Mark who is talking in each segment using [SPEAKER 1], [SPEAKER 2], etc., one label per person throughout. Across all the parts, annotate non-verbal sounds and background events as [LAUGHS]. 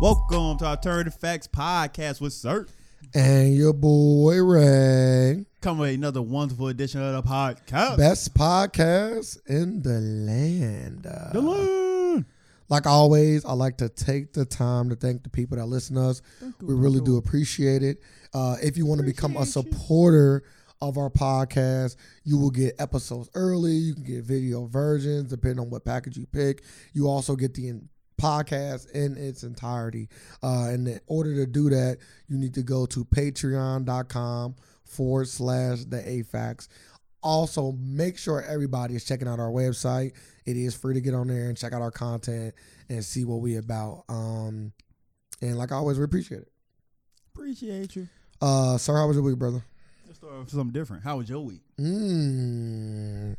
[SPEAKER 1] to Alternative Facts Podcast with Sir.
[SPEAKER 2] And your boy Ray.
[SPEAKER 1] Come with another wonderful edition of the podcast.
[SPEAKER 2] Best podcast in the land. Uh,
[SPEAKER 1] The land.
[SPEAKER 2] Like always, I like to take the time to thank the people that listen to us. We really do appreciate it. Uh, if you want to become a supporter of our podcast, you will get episodes early. You can get video versions depending on what package you pick. You also get the en- podcast in its entirety. Uh, and in order to do that, you need to go to patreon.com forward slash the AFAX. Also, make sure everybody is checking out our website. It is free to get on there and check out our content and see what we about. Um, and like always, we appreciate it.
[SPEAKER 1] Appreciate you.
[SPEAKER 2] Uh, sir, how was your week, brother?
[SPEAKER 1] Let's start off with something different. How was your week?
[SPEAKER 2] Mm.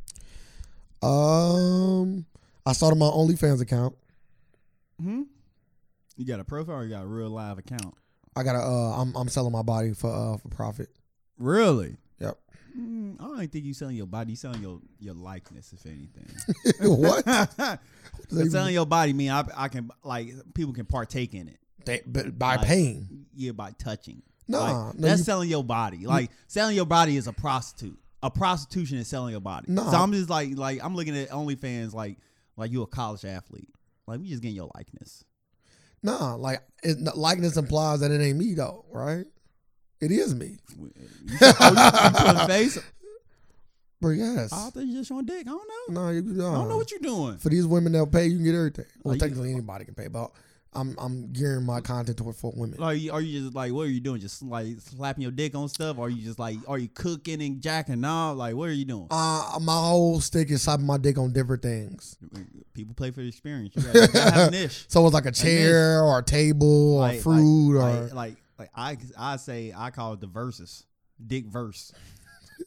[SPEAKER 2] Um, I started my OnlyFans account.
[SPEAKER 1] Hmm? You got a profile or you got a real live account?
[SPEAKER 2] I got to uh, I'm I'm selling my body for uh for profit.
[SPEAKER 1] Really? [LAUGHS]
[SPEAKER 2] Yep.
[SPEAKER 1] Mm, I don't think you selling your body. You selling your, your likeness, if anything. [LAUGHS]
[SPEAKER 2] what?
[SPEAKER 1] But selling your body mean I, I can like people can partake in it.
[SPEAKER 2] They, but by
[SPEAKER 1] Like-
[SPEAKER 2] pain.
[SPEAKER 1] Yeah, by touching.
[SPEAKER 2] Nah,
[SPEAKER 1] Like,
[SPEAKER 2] no,
[SPEAKER 1] that's
[SPEAKER 2] you-
[SPEAKER 1] selling your body. Like selling your body is a prostitute. A prostitution is selling your body.
[SPEAKER 2] Nah.
[SPEAKER 1] So I'm just like like I'm looking at OnlyFans like like you a college athlete. Like we just getting your likeness.
[SPEAKER 2] Nah, like it, likeness implies that it ain't me though, right? It is me.
[SPEAKER 1] You, oh, you, you putting
[SPEAKER 2] [LAUGHS]
[SPEAKER 1] face.
[SPEAKER 2] But yes.
[SPEAKER 1] I thought you just showing dick. I don't know.
[SPEAKER 2] no, you, no.
[SPEAKER 1] I don't know what you're doing.
[SPEAKER 2] for these women that'll pay, you can get everything. Well,
[SPEAKER 1] Like, you-
[SPEAKER 2] technically anybody can pay, but I'm I'm gearing my content toward for women.
[SPEAKER 1] Like, are you just like, what are you doing? Just like slapping your dick on stuff? Or are you just like, are you cooking and jacking off? Like, what are you doing?
[SPEAKER 2] Uh, my whole stick is slapping my dick on different things.
[SPEAKER 1] People play for the experience. You gotta, you gotta have a
[SPEAKER 2] [LAUGHS]
[SPEAKER 1] niche.
[SPEAKER 2] So it's like a chair or a table or
[SPEAKER 1] like,
[SPEAKER 2] fruit
[SPEAKER 1] like,
[SPEAKER 2] or
[SPEAKER 1] like, like, like I I say I call it the verses, dick verse,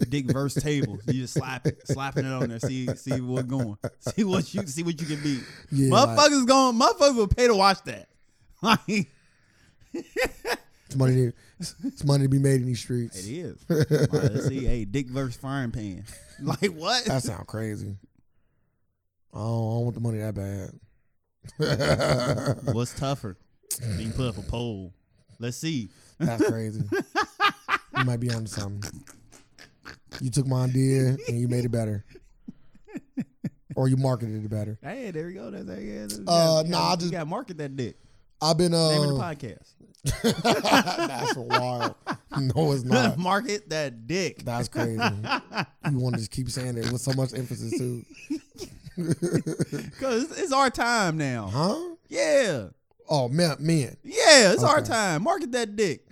[SPEAKER 1] dick verse table. You just slap it, slapping it on there. See see what going, see what you see what you can be.
[SPEAKER 2] Yeah, like-
[SPEAKER 1] motherfuckers going, motherfuckers will pay to watch that. [LAUGHS] Like it
[SPEAKER 2] it's money. To,
[SPEAKER 1] [LAUGHS]
[SPEAKER 2] it's money to be made in these streets.
[SPEAKER 1] is. Like, let's see, hey, dick verse frying pan. [LAUGHS] Like what?
[SPEAKER 2] That sounds crazy. I don't, I don't want the money that bad.
[SPEAKER 1] What's tougher? You can put up a poll. Let's see.
[SPEAKER 2] That's
[SPEAKER 1] [LAUGHS]
[SPEAKER 2] crazy. you might be onto something. You took my idea and you made it better, or you marketed it better.
[SPEAKER 1] Hey, there we go. That's that. Yeah, that's-
[SPEAKER 2] Uh,
[SPEAKER 1] you gotta-
[SPEAKER 2] nah, I
[SPEAKER 1] you
[SPEAKER 2] just-
[SPEAKER 1] gotta market that dick.
[SPEAKER 2] I've been
[SPEAKER 1] Name of the
[SPEAKER 2] uh,
[SPEAKER 1] podcast.
[SPEAKER 2] that's wild. No, it's
[SPEAKER 1] [LAUGHS]
[SPEAKER 2] not.
[SPEAKER 1] market that dick.
[SPEAKER 2] That's crazy. you want to just keep saying it with so much
[SPEAKER 1] [LAUGHS]
[SPEAKER 2] emphasis too,
[SPEAKER 1] Cause it's- it's our time now.
[SPEAKER 2] huh?
[SPEAKER 1] Yeah,
[SPEAKER 2] Oh man, man,
[SPEAKER 1] yeah, it's our
[SPEAKER 2] Okay.
[SPEAKER 1] time. Market that
[SPEAKER 2] [LAUGHS]
[SPEAKER 1] dick.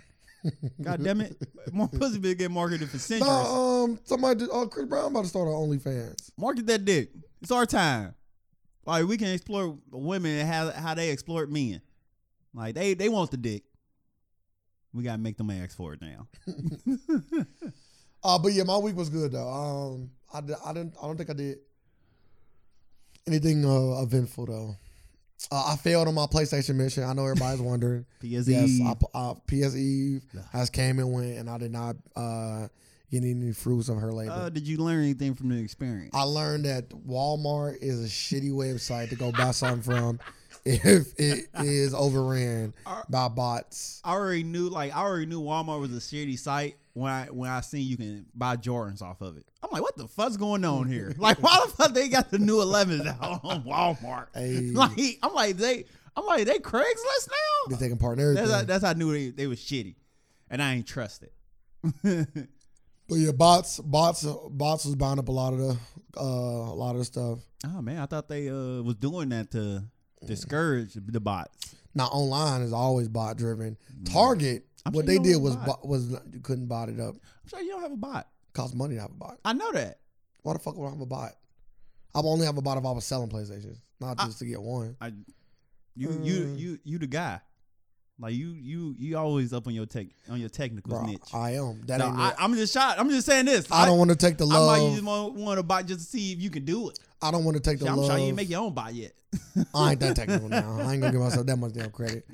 [SPEAKER 1] God damn it, more pussy been getting marketed for centuries.
[SPEAKER 2] no, um, somebody, did, oh, Chris Brown about to start on OnlyFans.
[SPEAKER 1] Market that dick. It's our time. Like we can explore women and how how they exploit men. Like they they want the dick. We gotta make them ask for it now.
[SPEAKER 2] Uh, but yeah, my week was good though. Um, I, di- I didn't, I don't think I did anything uh, eventful though. Uh, I failed on my PlayStation mission. I know [LAUGHS] everybody's wondering.
[SPEAKER 1] PSE.
[SPEAKER 2] yes, I, p- uh PS Eve has came and went, and I did not uh, get any fruits of her labor.
[SPEAKER 1] uh, did you learn anything from the experience?
[SPEAKER 2] I learned that Walmart is a shitty website to go buy something from if [LAUGHS] it is overran by bots.
[SPEAKER 1] I already knew like I already knew Walmart was a shitty site when I when I seen you can buy Jordans off of it. I'm like, what the fuck's going on here? Like, why the fuck they got the new 11s out on Walmart? [LAUGHS]
[SPEAKER 2] Hey.
[SPEAKER 1] Like, I'm like they, I'm like they Craigslist
[SPEAKER 2] They're
[SPEAKER 1] now.
[SPEAKER 2] taking part in
[SPEAKER 1] That's how,
[SPEAKER 2] everything.
[SPEAKER 1] that's how I knew they they was shitty, and I ain't trust it.
[SPEAKER 2] But yeah, bots, bots, bots was buying up a lot of the, uh, a lot of the stuff.
[SPEAKER 1] [LAUGHS] oh man, I thought they uh was doing that to discourage the bots.
[SPEAKER 2] Now online is always bot driven.
[SPEAKER 1] Mm.
[SPEAKER 2] Target,
[SPEAKER 1] I'm
[SPEAKER 2] what
[SPEAKER 1] sure
[SPEAKER 2] they
[SPEAKER 1] you
[SPEAKER 2] did
[SPEAKER 1] don't
[SPEAKER 2] was
[SPEAKER 1] have a
[SPEAKER 2] bot, was not- you couldn't bot it up.
[SPEAKER 1] I'm sure you don't have a bot.
[SPEAKER 2] Cost money to have a bot.
[SPEAKER 1] I know that.
[SPEAKER 2] Why the fuck would I have a bot? I would only have a bot if I was selling PlayStations, not just to get one.
[SPEAKER 1] I, you you
[SPEAKER 2] Mm.
[SPEAKER 1] you you the guy. Like you you you always up on your tech on your technical
[SPEAKER 2] Bro,
[SPEAKER 1] niche. I,
[SPEAKER 2] I am. That
[SPEAKER 1] no,
[SPEAKER 2] ain't
[SPEAKER 1] I,
[SPEAKER 2] it.
[SPEAKER 1] I'm just shot. I'm just saying this.
[SPEAKER 2] I, don't want to take the
[SPEAKER 1] I
[SPEAKER 2] love.
[SPEAKER 1] might you just want, want a bot just to see if you can do it.
[SPEAKER 2] I don't want to take the
[SPEAKER 1] Shit, I'm
[SPEAKER 2] love.
[SPEAKER 1] sure you ain't make your own
[SPEAKER 2] [LAUGHS]
[SPEAKER 1] bot yet. [LAUGHS]
[SPEAKER 2] I ain't that technical now. I ain't gonna give myself that much damn credit.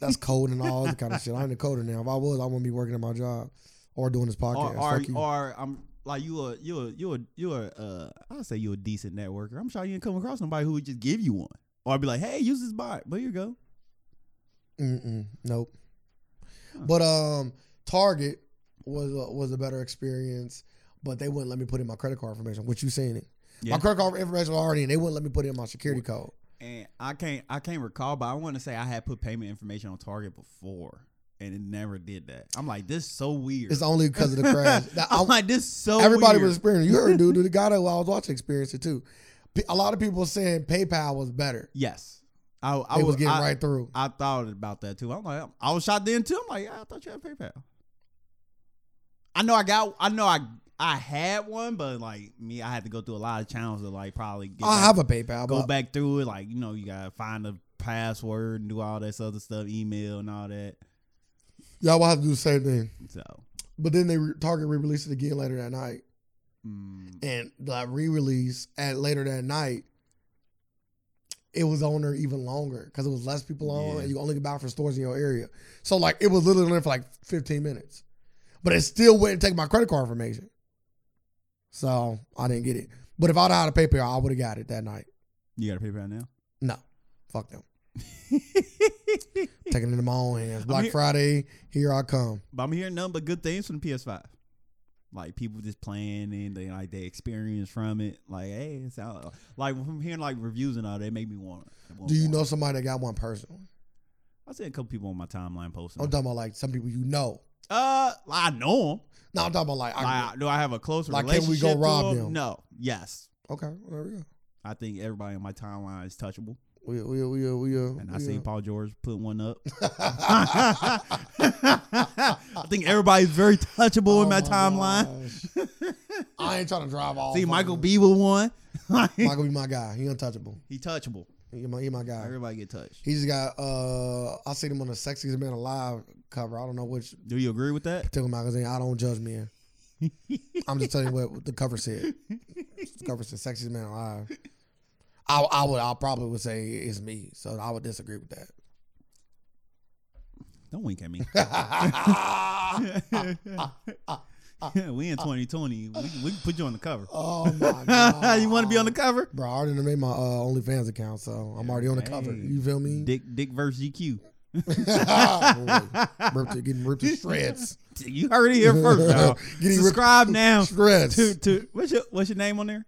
[SPEAKER 2] That's code and all that kind of shit. I ain't a coder now. If I was, I wouldn't be working at my job or doing this
[SPEAKER 1] or
[SPEAKER 2] podcast.
[SPEAKER 1] or,
[SPEAKER 2] Fuck you.
[SPEAKER 1] or I'm like you a you a you a you a uh I'll say you a decent networker. I'm sure you didn't come across nobody who would just give you one. Or be like, hey, use this bot. But here you go.
[SPEAKER 2] Mm-mm, nope. But um, Target was was a better experience, but they wouldn't let me put in my credit card information. Which you seen it?
[SPEAKER 1] Yeah.
[SPEAKER 2] My credit card information was already, in. they wouldn't let me put in my security code.
[SPEAKER 1] And I can't I can't recall, but I want to say I had put payment information on Target before, and it never did that. I'm like, this is so weird.
[SPEAKER 2] It's only because of the crash.
[SPEAKER 1] [LAUGHS]
[SPEAKER 2] That- I-
[SPEAKER 1] I'm like, oh, this is so.
[SPEAKER 2] everybody
[SPEAKER 1] weird.
[SPEAKER 2] was experiencing. You heard,
[SPEAKER 1] [LAUGHS]
[SPEAKER 2] dude, the guy that I was watching experienced it too. P- A lot of people saying PayPal was better.
[SPEAKER 1] Yes, I I
[SPEAKER 2] I was,
[SPEAKER 1] was
[SPEAKER 2] getting
[SPEAKER 1] I,
[SPEAKER 2] right through.
[SPEAKER 1] I thought about that too. I'm like, I was shot then too. I'm like, yeah, I thought you had PayPal. I know I got. I know I I had one, but like me, I had to go through a lot of channels to like probably get
[SPEAKER 2] I
[SPEAKER 1] back-
[SPEAKER 2] have a PayPal.
[SPEAKER 1] go
[SPEAKER 2] but
[SPEAKER 1] back through it. Like you know, you gotta find the password and do all this other stuff, email and all that.
[SPEAKER 2] Y'all will have to do the same thing.
[SPEAKER 1] So.
[SPEAKER 2] But then they re- Target re-released it again later that night,
[SPEAKER 1] mm,
[SPEAKER 2] and the re-release at later that night, it was on there even longer because it was less people on,
[SPEAKER 1] Yeah.
[SPEAKER 2] and you only could buy it from stores in your area. So like it was literally on there for like 15 minutes, but it still wouldn't take my credit card information. So I didn't get it. But if I'd had a PayPal, I would have got it that night.
[SPEAKER 1] You got a PayPal now?
[SPEAKER 2] No, fuck
[SPEAKER 1] [LAUGHS]
[SPEAKER 2] them. [LAUGHS] Taking it into my own hands. Black
[SPEAKER 1] here-
[SPEAKER 2] Friday, here I come.
[SPEAKER 1] but I'm hearing nothing but good things from the PS5. Like people just playing and they like they experience from it. Like hey, it's out. Like from hearing like reviews and all, that, it made me want. want
[SPEAKER 2] Do you
[SPEAKER 1] more.
[SPEAKER 2] know somebody that got one personally?
[SPEAKER 1] I see a couple people on my timeline posting.
[SPEAKER 2] I'm talking about like some people you know.
[SPEAKER 1] uh, I know them.
[SPEAKER 2] No, I'm talking about like, I,
[SPEAKER 1] do I have a close
[SPEAKER 2] Like, can we
[SPEAKER 1] relationship?
[SPEAKER 2] go
[SPEAKER 1] to
[SPEAKER 2] rob
[SPEAKER 1] 'em?
[SPEAKER 2] them?
[SPEAKER 1] No. Yes,
[SPEAKER 2] okay, well, there we go.
[SPEAKER 1] I think everybody on my timeline is touchable,
[SPEAKER 2] We we we we, we
[SPEAKER 1] and
[SPEAKER 2] we, uh,
[SPEAKER 1] I seen Paul George put one
[SPEAKER 2] [LAUGHS]
[SPEAKER 1] up.
[SPEAKER 2] oh
[SPEAKER 1] I think everybody's very touchable in my, timeline.
[SPEAKER 2] Oh gosh. I ain't trying to drive all.
[SPEAKER 1] [LAUGHS] See,
[SPEAKER 2] fucking-
[SPEAKER 1] Michael B with one. [LAUGHS] Like,
[SPEAKER 2] Michael be my guy. He untouchable.
[SPEAKER 1] he touchable.
[SPEAKER 2] He my, he my guy.
[SPEAKER 1] Everybody get touched.
[SPEAKER 2] He just got. uh I seen him on the Sexiest Man Alive cover. I don't know which
[SPEAKER 1] Do you agree with that?
[SPEAKER 2] particular magazine. I don't judge men. I'm just telling you what the cover said. The cover said "Sexiest Man Alive." I I would I probably would say it's me. So I would disagree with that.
[SPEAKER 1] Don't wink at [LAUGHS] me.
[SPEAKER 2] [LAUGHS]
[SPEAKER 1] ah,
[SPEAKER 2] oh
[SPEAKER 1] [LAUGHS] we in 2020. We, we can put you on the cover.
[SPEAKER 2] Oh my god!
[SPEAKER 1] [LAUGHS] you want to be on the cover?
[SPEAKER 2] Bro, I already done made my uh, OnlyFans account, so I'm already on the cover.
[SPEAKER 1] Hey.
[SPEAKER 2] You feel me?
[SPEAKER 1] Dick Dick versus GQ.
[SPEAKER 2] ripped to, getting ripped to shreds.
[SPEAKER 1] [LAUGHS] You heard it here first, y'all.
[SPEAKER 2] [LAUGHS] Getting ripped
[SPEAKER 1] Subscribe now
[SPEAKER 2] [LAUGHS] to shreds.
[SPEAKER 1] to to what's your what's your name on there?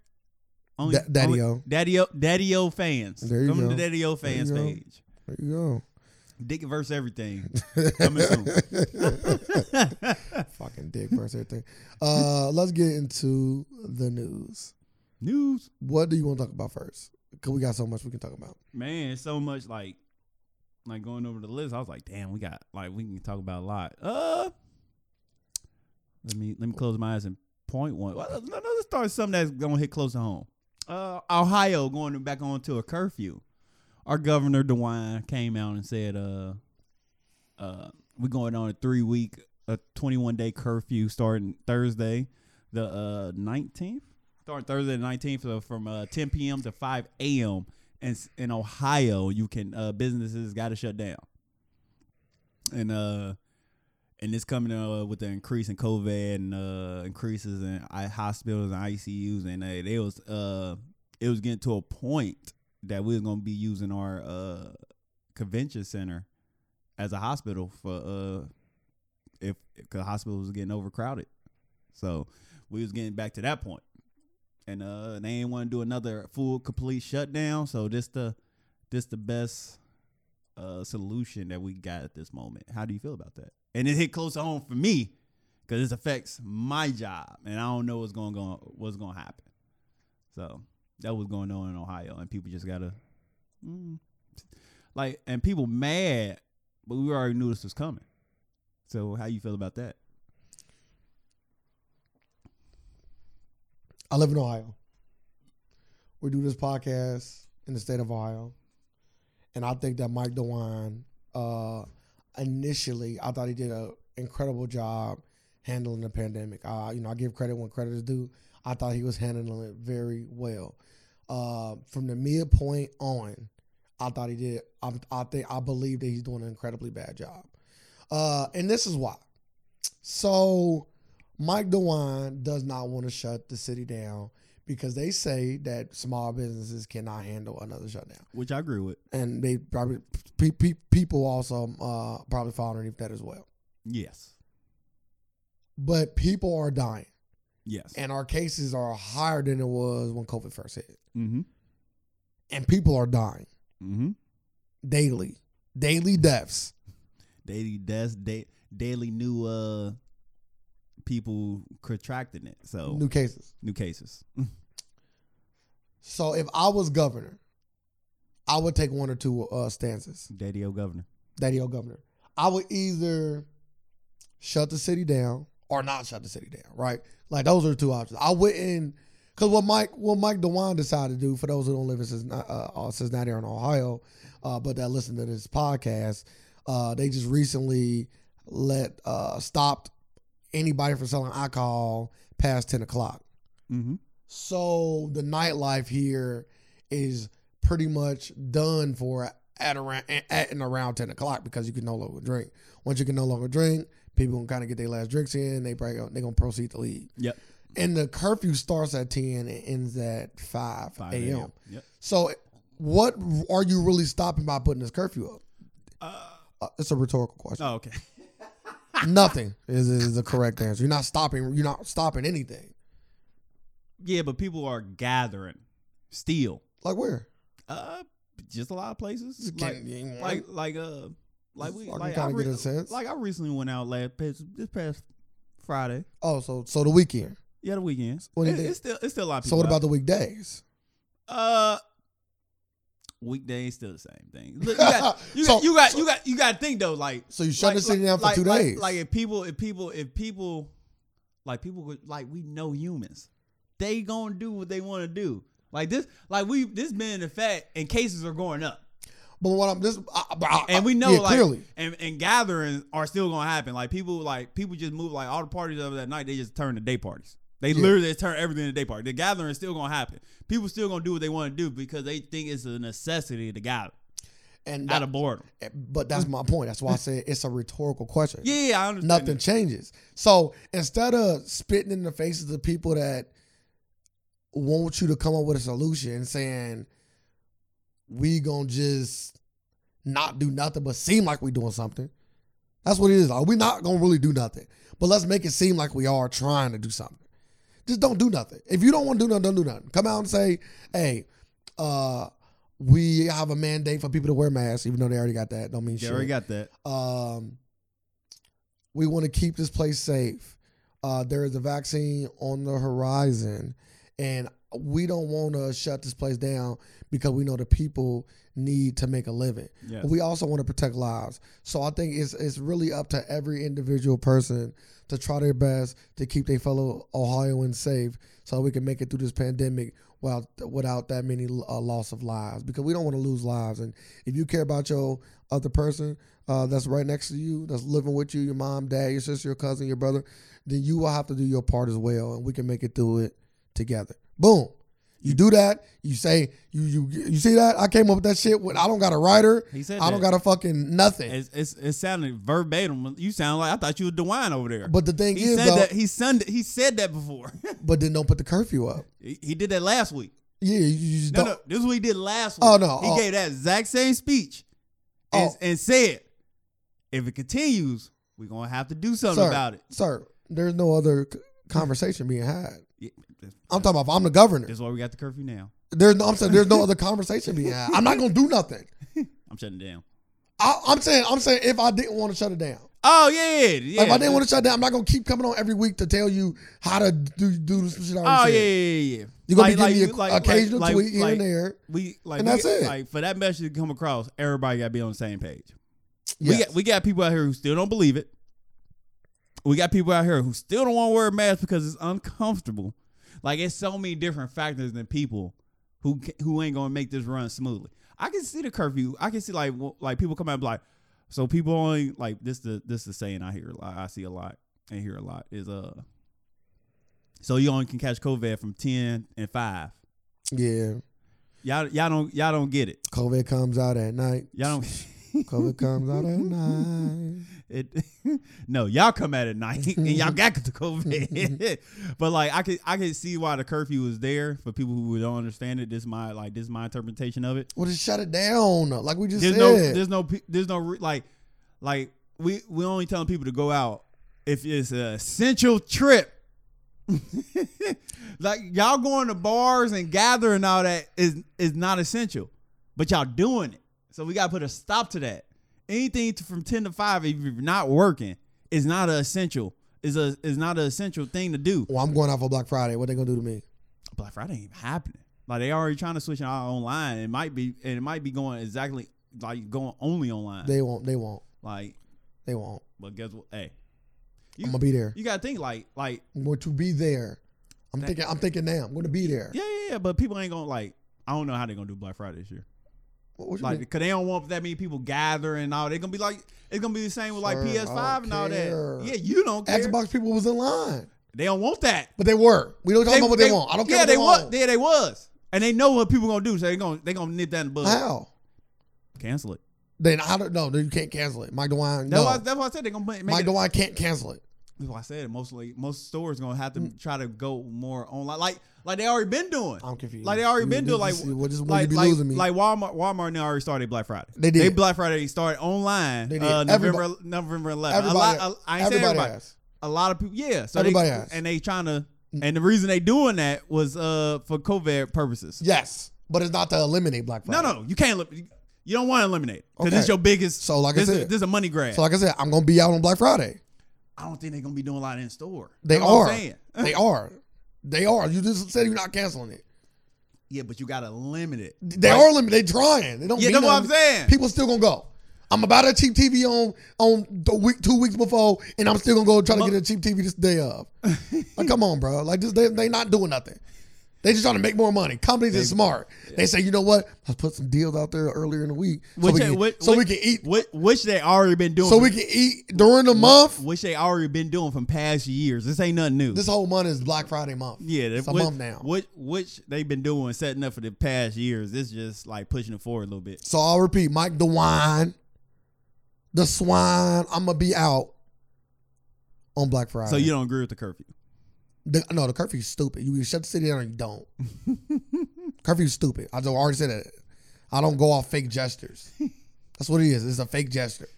[SPEAKER 1] Only,
[SPEAKER 2] Da- Daddy-O.
[SPEAKER 1] Daddy O, Daddy O fans.
[SPEAKER 2] There you
[SPEAKER 1] Come to
[SPEAKER 2] go.
[SPEAKER 1] Daddy O
[SPEAKER 2] There you
[SPEAKER 1] fans
[SPEAKER 2] go.
[SPEAKER 1] page.
[SPEAKER 2] There you
[SPEAKER 1] Dick versus
[SPEAKER 2] [LAUGHS]
[SPEAKER 1] everything. [LAUGHS]
[SPEAKER 2] go.
[SPEAKER 1] Coming soon.
[SPEAKER 2] [LAUGHS] Fucking dick first, everything. Uh, let's get into the news.
[SPEAKER 1] News,
[SPEAKER 2] What do you want to talk about first? Cause we got so much we can talk about.
[SPEAKER 1] man. it's So much like like going over the list. I was like, damn, we got like we can talk about a lot. Uh, let me let me close my eyes and point one. Well, let- let's start with something that's gonna hit close to home. Uh, Ohio going back on to a curfew. Our governor DeWine came out and said, uh, uh, we're going on a three week, a twenty one day curfew starting Thursday, the uh, nineteenth. starting Thursday the nineteenth, so from uh, ten p.m. to five a.m. in s- in Ohio, you can uh, businesses got to shut down. And uh, and it's coming uh, with the increase in COVID and uh, increases in I- hospitals and ICUs, and uh, they was uh, it was getting to a point that we was gonna be using our uh, convention center as a hospital for uh, if because hospitals was getting overcrowded, so we was getting back to that point, and uh, they ain't want to do another full complete shutdown, so this the this the best uh, solution that we got at this moment. How do you feel about that? And it hit close to home for me because this affects my job, and I don't know what's going to go, what's going to happen. So that was going on in Ohio, and people just gotta mm, like, and people mad, but we already knew this was coming. So how you feel about that?
[SPEAKER 2] I live in Ohio. We do this podcast in the state of Ohio. And I think that Mike DeWine, uh, initially, I thought he did an incredible job handling the pandemic. Uh, you know, I give credit when credit is due. I thought he was handling it very well. Uh, from the midpoint on, I thought he did. I, I think I believe that he's doing an incredibly bad job. Uh, and this is why. So, Mike DeWine does not want to shut the city down because they say that small businesses cannot handle another shutdown,
[SPEAKER 1] which I agree with.
[SPEAKER 2] and they probably pe- pe- people also uh, probably fall underneath that as well.
[SPEAKER 1] Yes.
[SPEAKER 2] But people are dying,
[SPEAKER 1] Yes.
[SPEAKER 2] and our cases are higher than it was when COVID first hit,
[SPEAKER 1] Mm-hmm.
[SPEAKER 2] and people are dying
[SPEAKER 1] Mm-hmm.
[SPEAKER 2] daily, daily deaths.
[SPEAKER 1] Daily deaths, da- daily new uh people contracting it. So new,
[SPEAKER 2] New cases.
[SPEAKER 1] cases.
[SPEAKER 2] So if I was governor, I would take one or two uh, stances.
[SPEAKER 1] Daddy O governor.
[SPEAKER 2] Daddy O governor. I would either shut the city down or not shut the city down, right? Like those are the two options. I wouldn't because what Mike what Mike DeWine decided to do for those who don't live in Cincinnati, uh, uh, Cincinnati or in Ohio, uh, but that listen to this podcast, uh, they just recently let uh, stopped anybody from selling alcohol past ten o'clock.
[SPEAKER 1] Mm-hmm.
[SPEAKER 2] So the nightlife here is pretty much done for at around at and around ten o'clock because you can no longer drink. Once you can no longer drink, people can kind of get their last drinks in. They break. They gonna proceed to leave.
[SPEAKER 1] Yep.
[SPEAKER 2] And the curfew starts at ten and ends at five,
[SPEAKER 1] Five
[SPEAKER 2] a.m.
[SPEAKER 1] a.m. Yep.
[SPEAKER 2] So what are you really stopping by putting this curfew up?
[SPEAKER 1] Uh,
[SPEAKER 2] Uh, it's a rhetorical
[SPEAKER 1] [LAUGHS]
[SPEAKER 2] question.
[SPEAKER 1] oh, okay.
[SPEAKER 2] Nothing is, is the correct answer. You're not stopping. You're not stopping anything.
[SPEAKER 1] Yeah, but people are gathering still.
[SPEAKER 2] Like where?
[SPEAKER 1] Uh, just a lot of places.
[SPEAKER 2] Just
[SPEAKER 1] Like,
[SPEAKER 2] getting-
[SPEAKER 1] like, like, uh, like we,
[SPEAKER 2] Fucking
[SPEAKER 1] like I,
[SPEAKER 2] kinda get a
[SPEAKER 1] re-
[SPEAKER 2] sense.
[SPEAKER 1] like I recently went out last past, this past Friday.
[SPEAKER 2] oh, so so the weekend.
[SPEAKER 1] Yeah, the weekends.
[SPEAKER 2] What do you
[SPEAKER 1] It-
[SPEAKER 2] think?
[SPEAKER 1] it's still, it's still a lot. Of
[SPEAKER 2] So
[SPEAKER 1] people
[SPEAKER 2] what
[SPEAKER 1] out.
[SPEAKER 2] about the weekdays?
[SPEAKER 1] Uh, weekday is still the same thing. Look, you
[SPEAKER 2] [LAUGHS]
[SPEAKER 1] got, you, got,
[SPEAKER 2] So-
[SPEAKER 1] you, got
[SPEAKER 2] so-
[SPEAKER 1] you got, you got to think though. Like,
[SPEAKER 2] So you shut
[SPEAKER 1] like-
[SPEAKER 2] the city down for
[SPEAKER 1] like-
[SPEAKER 2] two
[SPEAKER 1] like-
[SPEAKER 2] days.
[SPEAKER 1] Like if people, if people, if people, like people, would- like we know humans, they gonna do what they want to do. Like this, like we, this been in effect, and cases are going up,
[SPEAKER 2] but what I'm this, I, I- I-
[SPEAKER 1] and we know
[SPEAKER 2] yeah,
[SPEAKER 1] like,
[SPEAKER 2] clearly.
[SPEAKER 1] and and gatherings are still gonna happen. Like people, like people just move. Like all the parties of that night, they just turn to day parties. They
[SPEAKER 2] Yeah.
[SPEAKER 1] literally just turn everything to day party. The gathering is still gonna happen. People still gonna do what they want to do because they think it's a necessity to gather
[SPEAKER 2] And
[SPEAKER 1] out
[SPEAKER 2] that-
[SPEAKER 1] of boredom.
[SPEAKER 2] but that's my point. That's why I said it's a rhetorical question.
[SPEAKER 1] Yeah, yeah, I understand.
[SPEAKER 2] Nothing
[SPEAKER 1] that.
[SPEAKER 2] changes. So instead of spitting in the faces of the people that want you to come up with a solution and saying we gonna just not do nothing but seem like we doing something. That's what it is. Like, we not gonna really do nothing. But let's make it seem like we are trying to do something. Just don't do nothing. If you don't want to do nothing, don't do nothing. Come out and say, hey, uh, we have a mandate for people to wear masks, even though they already got that. Don't mean
[SPEAKER 1] They
[SPEAKER 2] shit
[SPEAKER 1] already got that.
[SPEAKER 2] um, we want to keep this place safe. Uh, there is a vaccine on the horizon, and we don't want to shut this place down because we know the people need to make a living.
[SPEAKER 1] Yeah.
[SPEAKER 2] But we also want to protect lives. So I think it's it's really up to every individual person to try their best to keep their fellow Ohioans safe, so we can make it through this pandemic without without that many uh, loss of lives. Because we don't want to lose lives, and if you care about your other person uh, that's right next to you, that's living with you, your mom, dad, your sister, your cousin, your brother, then you will have to do your part as well, and we can make it through it together. Boom. You do that. You say you you you see that I came up with that shit. When I don't got a writer,
[SPEAKER 1] He said
[SPEAKER 2] I don't
[SPEAKER 1] that.
[SPEAKER 2] got a fucking nothing.
[SPEAKER 1] It's, it's, it sounded verbatim. You sound like I thought you was Dewine over there.
[SPEAKER 2] but the thing
[SPEAKER 1] he
[SPEAKER 2] is,
[SPEAKER 1] said
[SPEAKER 2] though,
[SPEAKER 1] that he said he said that before. [LAUGHS]
[SPEAKER 2] but then don't put the curfew up.
[SPEAKER 1] he, he did that last week.
[SPEAKER 2] Yeah, you- you just
[SPEAKER 1] No,
[SPEAKER 2] don't.
[SPEAKER 1] no, this is what he did last week.
[SPEAKER 2] Oh, no,
[SPEAKER 1] he
[SPEAKER 2] oh.
[SPEAKER 1] gave that exact same speech, and,
[SPEAKER 2] Oh.
[SPEAKER 1] and said, "If it continues, we're gonna have to do something
[SPEAKER 2] sir,
[SPEAKER 1] about it."
[SPEAKER 2] sir. There's no other c- conversation being had.
[SPEAKER 1] Yeah, That's,
[SPEAKER 2] I'm talking about. if I'm the governor.
[SPEAKER 1] that's why we got the curfew now.
[SPEAKER 2] There's no. I'm saying there's no other conversation being had. I'm not gonna do nothing.
[SPEAKER 1] I'm shutting down.
[SPEAKER 2] I, I'm saying. I'm saying if I didn't want to shut it down.
[SPEAKER 1] Oh yeah, yeah, yeah.
[SPEAKER 2] Like if I didn't want to shut down, I'm not gonna keep coming on every week to tell you how to do do this shit. I
[SPEAKER 1] Oh
[SPEAKER 2] already
[SPEAKER 1] yeah,
[SPEAKER 2] said.
[SPEAKER 1] yeah, yeah.
[SPEAKER 2] You're gonna be giving me an occasional tweet here and there.
[SPEAKER 1] We like,
[SPEAKER 2] And
[SPEAKER 1] we
[SPEAKER 2] that's
[SPEAKER 1] got-
[SPEAKER 2] it.
[SPEAKER 1] Like for that message to come across, everybody got to be on the same page. We
[SPEAKER 2] Yes.
[SPEAKER 1] got we got people out here who still don't believe it. We got people out here who still don't want to wear a mask because it's uncomfortable. Like it's so many different factors than people who ca- who ain't gonna make this run smoothly. I can see the curfew. I can see like w- like people come out and be like, so people only like this the this the saying I hear a lot. I see a lot and hear a lot is uh. So you only can catch COVID from ten and five.
[SPEAKER 2] yeah.
[SPEAKER 1] Y'all y'all don't y'all don't get it.
[SPEAKER 2] COVID comes out at night.
[SPEAKER 1] Y'all don't [LAUGHS]
[SPEAKER 2] [LAUGHS] Cause it comes out at night.
[SPEAKER 1] It [LAUGHS] no, y'all come out at night and y'all got the COVID. [LAUGHS] but like I could I could see why the curfew was there for people who don't understand it. This my like this my interpretation of it.
[SPEAKER 2] Well, just shut it down. Like we just
[SPEAKER 1] There's
[SPEAKER 2] said.
[SPEAKER 1] no there's no pe- there's no re- like like we we only telling people to go out if it's an essential trip. [LAUGHS] like y'all going to bars and gathering all that is is not essential, but y'all doing it. So we gotta put a stop to that. Anything to, from ten to five, if you're not working, is not an essential. Is a is not an essential thing to do.
[SPEAKER 2] well, I'm going out for Black Friday. What they gonna do to me?
[SPEAKER 1] Black Friday ain't even happening. Like they already trying to switch it all online. It might be and it might be going exactly like going only online.
[SPEAKER 2] They won't. They won't.
[SPEAKER 1] like,
[SPEAKER 2] They won't.
[SPEAKER 1] but guess what? Hey,
[SPEAKER 2] I'm gonna be there.
[SPEAKER 1] you gotta think like like
[SPEAKER 2] I'm going to be there. I'm
[SPEAKER 1] That-
[SPEAKER 2] thinking. I'm thinking now. I'm going to be there.
[SPEAKER 1] yeah yeah yeah. But people ain't gonna like. I don't know how they're gonna do Black Friday this year.
[SPEAKER 2] What, what you
[SPEAKER 1] Like,
[SPEAKER 2] mean?
[SPEAKER 1] cause they don't want that many people gathering and all. They're gonna be like, it's gonna be the same with like
[SPEAKER 2] Sir, I
[SPEAKER 1] PS Five and
[SPEAKER 2] don't
[SPEAKER 1] all
[SPEAKER 2] care.
[SPEAKER 1] that. Yeah, you don't care.
[SPEAKER 2] Xbox people was in line,
[SPEAKER 1] They don't want that.
[SPEAKER 2] but they were. We don't talk about what they, want. I don't care.
[SPEAKER 1] Yeah,
[SPEAKER 2] what
[SPEAKER 1] they
[SPEAKER 2] they
[SPEAKER 1] wa-
[SPEAKER 2] want.
[SPEAKER 1] Yeah, they was, and they know what people gonna do. So they gonna they gonna nip that in the bud.
[SPEAKER 2] How?
[SPEAKER 1] Cancel it.
[SPEAKER 2] Then I don't know. You can't cancel it. Mike DeWine.
[SPEAKER 1] That's,
[SPEAKER 2] No.
[SPEAKER 1] why, that's why I said they're gonna make
[SPEAKER 2] Mike
[SPEAKER 1] it
[SPEAKER 2] DeWine can't cancel it.
[SPEAKER 1] That's why I said it. Mostly, most stores gonna have
[SPEAKER 2] Mm.
[SPEAKER 1] to try to go more online, like like they already been doing.
[SPEAKER 2] I'm confused.
[SPEAKER 1] Like they already
[SPEAKER 2] You-
[SPEAKER 1] been
[SPEAKER 2] this-
[SPEAKER 1] doing, like
[SPEAKER 2] this- well, this is when you
[SPEAKER 1] like
[SPEAKER 2] be
[SPEAKER 1] like,
[SPEAKER 2] losing me.
[SPEAKER 1] like Walmart. Walmart now already started Black Friday.
[SPEAKER 2] They did.
[SPEAKER 1] They Black Friday started online.
[SPEAKER 2] They did.
[SPEAKER 1] Uh, November
[SPEAKER 2] Everybody-
[SPEAKER 1] November 11th. a
[SPEAKER 2] everybody,
[SPEAKER 1] lot. I- I ain't saying
[SPEAKER 2] everybody,
[SPEAKER 1] everybody.
[SPEAKER 2] has.
[SPEAKER 1] A lot of people. Yeah. So
[SPEAKER 2] Everybody
[SPEAKER 1] they,
[SPEAKER 2] has. Mm.
[SPEAKER 1] And they trying to. And the reason they doing that was uh for COVID purposes.
[SPEAKER 2] Yes, but it's not to eliminate Black
[SPEAKER 1] No,
[SPEAKER 2] Friday.
[SPEAKER 1] no, you can't. elim- You don't want to eliminate because
[SPEAKER 2] Okay.
[SPEAKER 1] this your biggest.
[SPEAKER 2] So, like I
[SPEAKER 1] this, is-
[SPEAKER 2] said-
[SPEAKER 1] this is a money grab.
[SPEAKER 2] So like I said, I'm going to be out on Black Friday.
[SPEAKER 1] I don't think they're gonna be doing a lot in store.
[SPEAKER 2] They
[SPEAKER 1] That's what I'm
[SPEAKER 2] are.
[SPEAKER 1] saying.
[SPEAKER 2] They are. They are. You just said you're not canceling it.
[SPEAKER 1] Yeah, but you gotta limit it.
[SPEAKER 2] They
[SPEAKER 1] Like,
[SPEAKER 2] are limited. They trying. They don't.
[SPEAKER 1] Yeah,
[SPEAKER 2] mean
[SPEAKER 1] that's what I'm
[SPEAKER 2] nothing.
[SPEAKER 1] saying.
[SPEAKER 2] People still gonna go. I'm about a cheap TV on on the week two weeks before, and I'm still gonna go try to get a cheap TV this
[SPEAKER 1] [LAUGHS]
[SPEAKER 2] day of. like, come on, bro. Like, this they they not doing nothing. They just trying to make more money. Companies is smart. They say, you know what? Let's put some deals out there earlier in the week so,
[SPEAKER 1] Which
[SPEAKER 2] we
[SPEAKER 1] they-
[SPEAKER 2] can,
[SPEAKER 1] which-
[SPEAKER 2] so we
[SPEAKER 1] which-
[SPEAKER 2] can eat.
[SPEAKER 1] Which, which they already been doing.
[SPEAKER 2] So we can eat during the month.
[SPEAKER 1] which they already been doing from past years. This ain't nothing new.
[SPEAKER 2] This whole month is Black Friday month.
[SPEAKER 1] yeah,
[SPEAKER 2] it's a
[SPEAKER 1] which,
[SPEAKER 2] month now.
[SPEAKER 1] Which which they've been doing setting up for the past years. It's just like pushing it forward a little bit.
[SPEAKER 2] So I'll repeat, Mike DeWine, the swine. I'm gonna be out on Black Friday.
[SPEAKER 1] So you don't agree with the curfew?
[SPEAKER 2] The, no, the curfew's stupid. You either shut the city down or
[SPEAKER 1] [LAUGHS]
[SPEAKER 2] you don't. curfew's stupid. I don't- I already said that. I don't go off fake gestures. That's what it is. It's a fake gesture.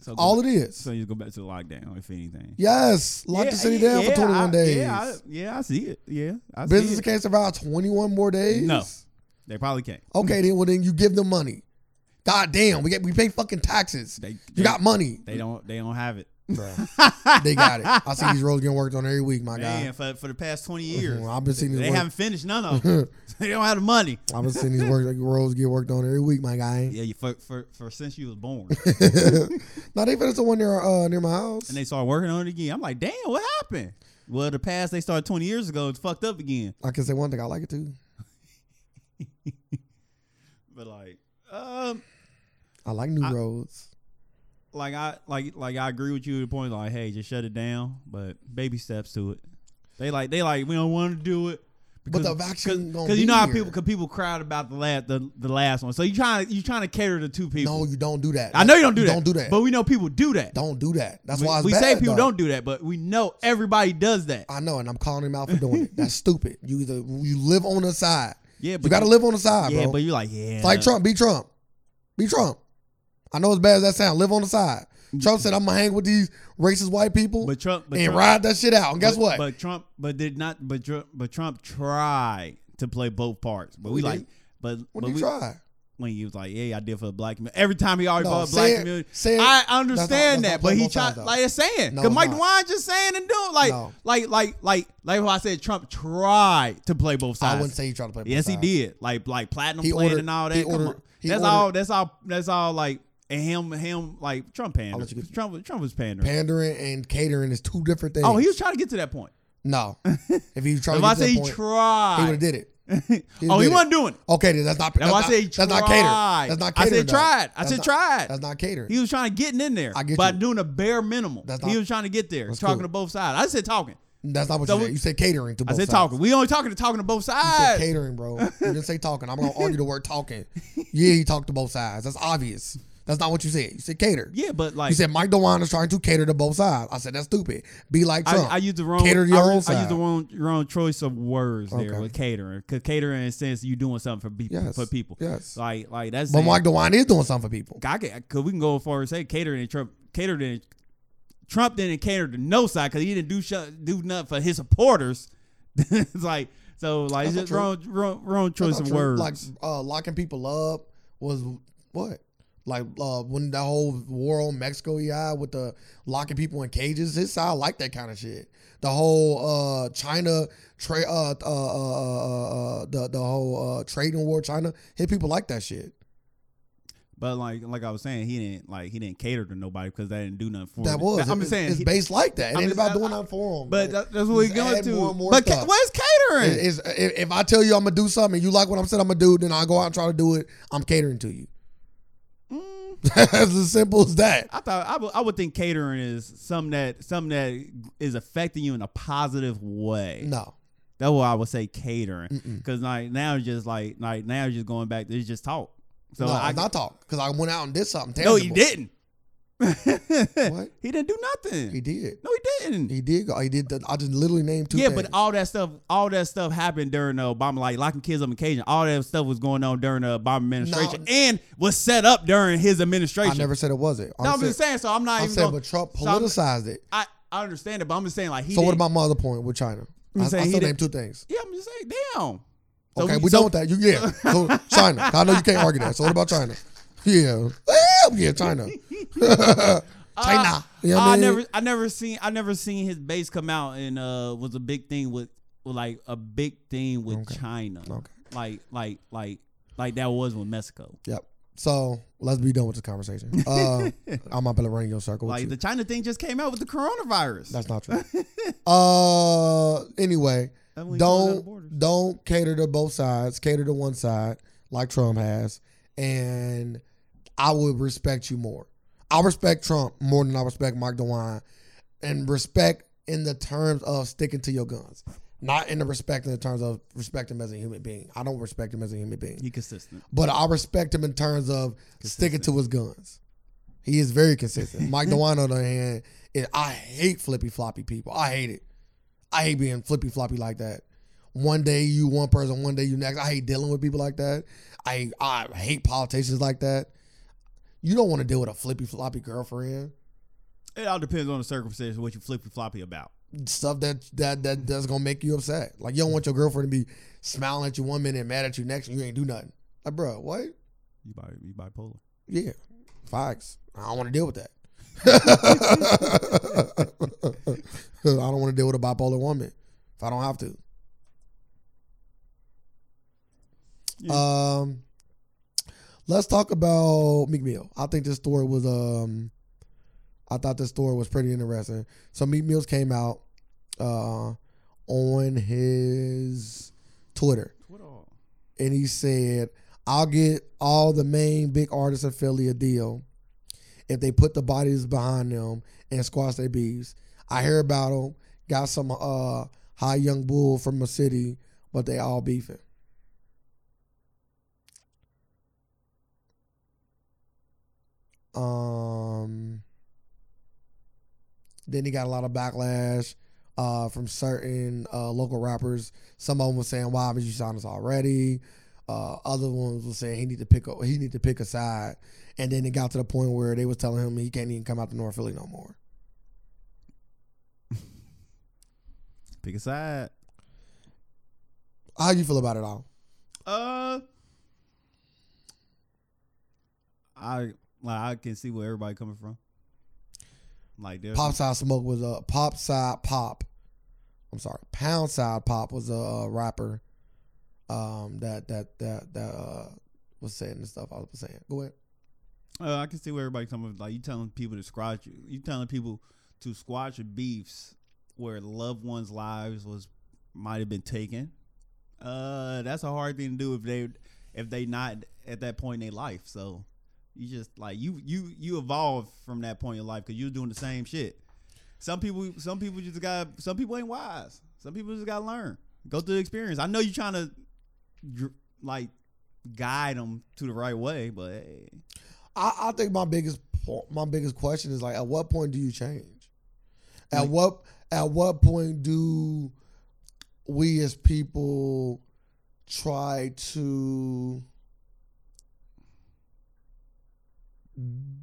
[SPEAKER 1] So go
[SPEAKER 2] All
[SPEAKER 1] back-
[SPEAKER 2] it is.
[SPEAKER 1] so you go back to the lockdown if anything.
[SPEAKER 2] Yes, lock
[SPEAKER 1] Yeah,
[SPEAKER 2] the city down
[SPEAKER 1] yeah,
[SPEAKER 2] for 21
[SPEAKER 1] I-
[SPEAKER 2] days.
[SPEAKER 1] Yeah, I, yeah, I see it. Yeah, I see
[SPEAKER 2] Businesses
[SPEAKER 1] it.
[SPEAKER 2] can't survive 21 more days.
[SPEAKER 1] No. They probably can't.
[SPEAKER 2] Okay, then well then you give them money. God damn, we get we pay fucking taxes.
[SPEAKER 1] They-
[SPEAKER 2] you
[SPEAKER 1] they-
[SPEAKER 2] got money.
[SPEAKER 1] They don't. They don't have it. [LAUGHS]
[SPEAKER 2] Bruh. they got it. I see these roads getting worked on every week, my
[SPEAKER 1] Man,
[SPEAKER 2] guy.
[SPEAKER 1] for, for the past twenty years,
[SPEAKER 2] Mm-hmm. I've been seeing these
[SPEAKER 1] they
[SPEAKER 2] work-
[SPEAKER 1] haven't finished none
[SPEAKER 2] [LAUGHS]
[SPEAKER 1] of them. [LAUGHS] they don't have the money.
[SPEAKER 2] I've been seeing these work, roads get worked on every week, my guy.
[SPEAKER 1] Yeah, you, for, for for since you was born.
[SPEAKER 2] Now they finished the one near uh, near my house.
[SPEAKER 1] and they start working on it again. I'm like, damn, what happened? Well, the past they started 20 years ago, it's fucked up again.
[SPEAKER 2] I can say one thing, I like it too.
[SPEAKER 1] But like, um,
[SPEAKER 2] I like new
[SPEAKER 1] I-
[SPEAKER 2] roads.
[SPEAKER 1] like I like like I agree with you to the point like, hey, just shut it down. But baby steps to it. They like they like we don't want to do it.
[SPEAKER 2] But the vaccine gonna
[SPEAKER 1] because you
[SPEAKER 2] be
[SPEAKER 1] know how
[SPEAKER 2] here.
[SPEAKER 1] people cause people crowd about the last the, the last one. So you trying to you trying to cater to two people.
[SPEAKER 2] No, you don't do that.
[SPEAKER 1] I know you don't do that.
[SPEAKER 2] Don't do that.
[SPEAKER 1] But we know people do that.
[SPEAKER 2] don't do that. That's
[SPEAKER 1] we
[SPEAKER 2] why it's
[SPEAKER 1] we
[SPEAKER 2] bad,
[SPEAKER 1] say people
[SPEAKER 2] though. Uh,
[SPEAKER 1] don't do that, but we know everybody does that.
[SPEAKER 2] I know, and I'm calling him out for doing
[SPEAKER 1] [LAUGHS]
[SPEAKER 2] it. That's stupid. You either you live on the side.
[SPEAKER 1] yeah, but
[SPEAKER 2] You got to
[SPEAKER 1] you-
[SPEAKER 2] live on the side,
[SPEAKER 1] Yeah,
[SPEAKER 2] bro.
[SPEAKER 1] but you're like yeah,
[SPEAKER 2] It's like Trump. Be Trump. Be Trump. I know as bad as that sound. Live on the side. Trump said, "I'm gonna hang with these racist white people
[SPEAKER 1] Mm-hmm. But Trump, but
[SPEAKER 2] and
[SPEAKER 1] Trump,
[SPEAKER 2] ride that shit out." And guess
[SPEAKER 1] but,
[SPEAKER 2] what?
[SPEAKER 1] But Trump, but did not, but Trump, but Trump tried to play both parts. But we,
[SPEAKER 2] We
[SPEAKER 1] like,
[SPEAKER 2] did.
[SPEAKER 1] but
[SPEAKER 2] when
[SPEAKER 1] but
[SPEAKER 2] you
[SPEAKER 1] we,
[SPEAKER 2] try,
[SPEAKER 1] when he was like, yeah, I did for the black community. Every time he always
[SPEAKER 2] No,
[SPEAKER 1] fought
[SPEAKER 2] say
[SPEAKER 1] black
[SPEAKER 2] it-
[SPEAKER 1] community,
[SPEAKER 2] say it-
[SPEAKER 1] I
[SPEAKER 2] that's not- that's
[SPEAKER 1] understand
[SPEAKER 2] not
[SPEAKER 1] that, but
[SPEAKER 2] playing
[SPEAKER 1] he
[SPEAKER 2] both
[SPEAKER 1] tried
[SPEAKER 2] sides, though.
[SPEAKER 1] like it's saying
[SPEAKER 2] No,
[SPEAKER 1] because
[SPEAKER 2] it's
[SPEAKER 1] Mike
[SPEAKER 2] not.
[SPEAKER 1] DeWine just saying and doing like,
[SPEAKER 2] No.
[SPEAKER 1] like, like, like, like, like, how I said Trump tried to play both sides.
[SPEAKER 2] I wouldn't say he tried to play. both
[SPEAKER 1] Yes, he
[SPEAKER 2] sides.
[SPEAKER 1] did. Like like platinum
[SPEAKER 2] He
[SPEAKER 1] plan
[SPEAKER 2] ordered-
[SPEAKER 1] and all that.
[SPEAKER 2] he
[SPEAKER 1] Come
[SPEAKER 2] ordered-
[SPEAKER 1] on.
[SPEAKER 2] he
[SPEAKER 1] that's
[SPEAKER 2] ordered-
[SPEAKER 1] all. That's all. That's all. Like and him him like Trump pandering.
[SPEAKER 2] let you get-
[SPEAKER 1] Trump was- Trump was pandering.
[SPEAKER 2] Pandering and catering is two different things.
[SPEAKER 1] oh, he was trying to get to that point. [LAUGHS]
[SPEAKER 2] no. if he tried
[SPEAKER 1] If
[SPEAKER 2] to
[SPEAKER 1] I
[SPEAKER 2] get to
[SPEAKER 1] say
[SPEAKER 2] that
[SPEAKER 1] he
[SPEAKER 2] point, he would
[SPEAKER 1] tried,
[SPEAKER 2] have
[SPEAKER 1] [LAUGHS]
[SPEAKER 2] did it.
[SPEAKER 1] oh,
[SPEAKER 2] did
[SPEAKER 1] he
[SPEAKER 2] it.
[SPEAKER 1] wasn't doing it.
[SPEAKER 2] Okay, then that's not. That's,
[SPEAKER 1] That's why I
[SPEAKER 2] not,
[SPEAKER 1] say he
[SPEAKER 2] that's not catered.
[SPEAKER 1] tried.
[SPEAKER 2] That's not
[SPEAKER 1] I
[SPEAKER 2] catered.
[SPEAKER 1] said
[SPEAKER 2] though.
[SPEAKER 1] tried. I
[SPEAKER 2] That's
[SPEAKER 1] said
[SPEAKER 2] not-
[SPEAKER 1] tried.
[SPEAKER 2] That's not catered.
[SPEAKER 1] He was trying to get in there
[SPEAKER 2] I get
[SPEAKER 1] by
[SPEAKER 2] you.
[SPEAKER 1] doing a bare minimum.
[SPEAKER 2] That's
[SPEAKER 1] he
[SPEAKER 2] not-
[SPEAKER 1] was trying to get there,
[SPEAKER 2] That's
[SPEAKER 1] talking
[SPEAKER 2] cool.
[SPEAKER 1] to both sides. I said talking.
[SPEAKER 2] that's not what
[SPEAKER 1] So
[SPEAKER 2] you
[SPEAKER 1] we-
[SPEAKER 2] said. You said catering to both
[SPEAKER 1] I said
[SPEAKER 2] sides.
[SPEAKER 1] talking. We only talking to talking to both
[SPEAKER 2] You said
[SPEAKER 1] sides. [LAUGHS]
[SPEAKER 2] catering, bro. You didn't say talking. I'm gonna argue the word talking. Yeah, he talked to both sides. That's obvious. That's not what you said. You said cater.
[SPEAKER 1] Yeah, but like
[SPEAKER 2] you said Mike DeWine is trying to cater to both sides. I said that's stupid. Be like
[SPEAKER 1] I,
[SPEAKER 2] Trump.
[SPEAKER 1] I used the wrong.
[SPEAKER 2] Cater to your
[SPEAKER 1] I,
[SPEAKER 2] own
[SPEAKER 1] I
[SPEAKER 2] side.
[SPEAKER 1] used the wrong wrong choice of words there
[SPEAKER 2] Okay.
[SPEAKER 1] with catering, because catering in a sense you doing something for be,
[SPEAKER 2] Yes.
[SPEAKER 1] for people.
[SPEAKER 2] yes.
[SPEAKER 1] Like like that's.
[SPEAKER 2] But
[SPEAKER 1] it.
[SPEAKER 2] Mike DeWine is doing something for people.
[SPEAKER 1] I could, cause we can go as far as say catering and Trump catered and Trump didn't cater to no side because he didn't do shut, do nothing for his supporters. [LAUGHS] it's like so like it's
[SPEAKER 2] That's
[SPEAKER 1] just wrong,
[SPEAKER 2] not
[SPEAKER 1] wrong wrong choice
[SPEAKER 2] That's
[SPEAKER 1] of
[SPEAKER 2] not true.
[SPEAKER 1] words.
[SPEAKER 2] Like uh, locking people up was what? Like uh, when the whole war on Mexico he had with the locking people in cages, his side like that kind of shit. The whole uh, China trade, uh, uh, uh, uh, uh, the the whole uh, trading war, China hit people like that shit.
[SPEAKER 1] but like like I was saying, he didn't like he didn't cater to nobody because that didn't do nothing for
[SPEAKER 2] That
[SPEAKER 1] him.
[SPEAKER 2] was.
[SPEAKER 1] I'm
[SPEAKER 2] It-
[SPEAKER 1] just saying,
[SPEAKER 2] it's
[SPEAKER 1] he-
[SPEAKER 2] based like that. It
[SPEAKER 1] I'm
[SPEAKER 2] ain't
[SPEAKER 1] just-
[SPEAKER 2] about
[SPEAKER 1] I-
[SPEAKER 2] doing nothing for them.
[SPEAKER 1] but that, that's what we're
[SPEAKER 2] Just
[SPEAKER 1] going
[SPEAKER 2] add
[SPEAKER 1] to.
[SPEAKER 2] more and more
[SPEAKER 1] but ca-
[SPEAKER 2] stuff.
[SPEAKER 1] where's catering?
[SPEAKER 2] It's- it's- if, if I tell you I'm gonna do something, you like what I'm saying I'm gonna do, then I go out and try to do it. I'm catering to you. [LAUGHS]
[SPEAKER 1] Mm.
[SPEAKER 2] That's as simple as that.
[SPEAKER 1] I thought I would- I would think catering is something that something that is affecting you in a positive way.
[SPEAKER 2] No.
[SPEAKER 1] That's what I would say catering.
[SPEAKER 2] Mm-mm.
[SPEAKER 1] Because like now it's just like like now it's just going back. It's just talk. So
[SPEAKER 2] no,
[SPEAKER 1] I
[SPEAKER 2] I not talk because I went out and did something.
[SPEAKER 1] no,
[SPEAKER 2] Terrible.
[SPEAKER 1] he didn't.
[SPEAKER 2] What?
[SPEAKER 1] He didn't [LAUGHS] do nothing.
[SPEAKER 2] He did.
[SPEAKER 1] no, he didn't.
[SPEAKER 2] He did. Go, he did. The, I just literally named two.
[SPEAKER 1] yeah,
[SPEAKER 2] things.
[SPEAKER 1] but all that stuff, all that stuff happened during the Obama, like locking kids up in cages. All that stuff was going on during the Obama administration, and was set up during his administration.
[SPEAKER 2] I never said it wasn't.
[SPEAKER 1] no, I'm
[SPEAKER 2] said,
[SPEAKER 1] just saying. So I'm not
[SPEAKER 2] I
[SPEAKER 1] even.
[SPEAKER 2] said,
[SPEAKER 1] gonna-
[SPEAKER 2] but Trump
[SPEAKER 1] so I'm-
[SPEAKER 2] politicized it.
[SPEAKER 1] I I understand it, but I'm just saying like he.
[SPEAKER 2] So what
[SPEAKER 1] didn't-
[SPEAKER 2] about my other point with China? I,
[SPEAKER 1] I'm
[SPEAKER 2] I
[SPEAKER 1] saying he
[SPEAKER 2] still
[SPEAKER 1] did-
[SPEAKER 2] named two things.
[SPEAKER 1] Yeah, I'm just saying, damn. So
[SPEAKER 2] Okay, we,
[SPEAKER 1] so-
[SPEAKER 2] done with that. You
[SPEAKER 1] [LAUGHS]
[SPEAKER 2] yeah. So China. I know you can't argue that. So what about China? Yeah. [LAUGHS] Well, yeah, China. [LAUGHS] China. You know what
[SPEAKER 1] Uh, I,
[SPEAKER 2] mean?
[SPEAKER 1] never, I never seen, I never seen his bass come out and uh was a big thing with, with, like a big thing with China,
[SPEAKER 2] Okay.
[SPEAKER 1] like, like, like, like that was with Mexico.
[SPEAKER 2] Yep. So let's be done with this conversation.
[SPEAKER 1] [LAUGHS]
[SPEAKER 2] Uh, I'm not gonna run your circle. with
[SPEAKER 1] Like
[SPEAKER 2] you.
[SPEAKER 1] the China thing just came out with the coronavirus.
[SPEAKER 2] That's
[SPEAKER 1] [LAUGHS]
[SPEAKER 2] not true. uh, anyway,
[SPEAKER 1] That when he closed down the borders.
[SPEAKER 2] don't don't cater to both sides. Cater to one side, like Trump has, and I would respect you more. I respect Trump more than I respect Mike DeWine, and respect in the terms of sticking to your guns, not in the respect in the terms of respect him as a human being. I don't respect him as a human being
[SPEAKER 1] He consistent.
[SPEAKER 2] but I respect him in terms of sticking to his guns. He is very consistent. Mike DeWine, on the other hand, is, I hate flippy floppy people. I hate it. I hate being flippy floppy like that. One day you one person, one day you next. I hate dealing with people like that. I I hate politicians like that. You don't want to deal with a flippy floppy girlfriend.
[SPEAKER 1] It all depends on the circumstances what you flippy floppy about.
[SPEAKER 2] Stuff that that that that's gonna make you upset. Like you don't want your girlfriend to be smiling at you one minute and mad at you next, and you ain't do nothing. Like, bro, what?
[SPEAKER 1] You bi, you bipolar.
[SPEAKER 2] Yeah, facts. I don't want to deal with that. [LAUGHS] I don't want to deal with a bipolar woman if I don't have to.
[SPEAKER 1] Yeah.
[SPEAKER 2] Um, let's talk about Meek Mill. I think this story was um, I thought this story was pretty interesting. So Meek Mills came out uh on his Twitter
[SPEAKER 1] What all?
[SPEAKER 2] and he said, I'll get all the main big artists in Philly a deal if they put the bodies behind them and squash their beefs. I hear about them. Got some uh, high young bull from the city, but they all beefing. Um. Then he got a lot of backlash uh, from certain uh, local rappers. Some of them were saying, "Why haven't you signed us already?" Uh, other ones were saying he need to pick a he need to pick a side. And then it got to the point where they was telling him he can't even come out to North Philly no more.
[SPEAKER 1] [LAUGHS] Pick a side.
[SPEAKER 2] How you feel about it all?
[SPEAKER 1] Uh, I like I can see where everybody coming from. Like there's
[SPEAKER 2] Pop side smoke was a pop side pop. I'm sorry, pound side pop was a rapper. Um, that that that that uh, was saying the stuff I was saying. Go ahead.
[SPEAKER 1] Uh, I can see where everybody coming. from. Like you telling people to squash you, you telling people to squash beefs where loved ones' lives was might have been taken. Uh, that's a hard thing to do if they if they not at that point in their life. So you just like you you you evolve from that point in your life because you're doing the same shit. Some people some people just got some people ain't wise. Some people just got to learn, go through the experience. I know you're trying to dr- like guide them to the right way, but hey,
[SPEAKER 2] I, I think my biggest po- my biggest question is like, at what point do you change? At what at what point do we as people try to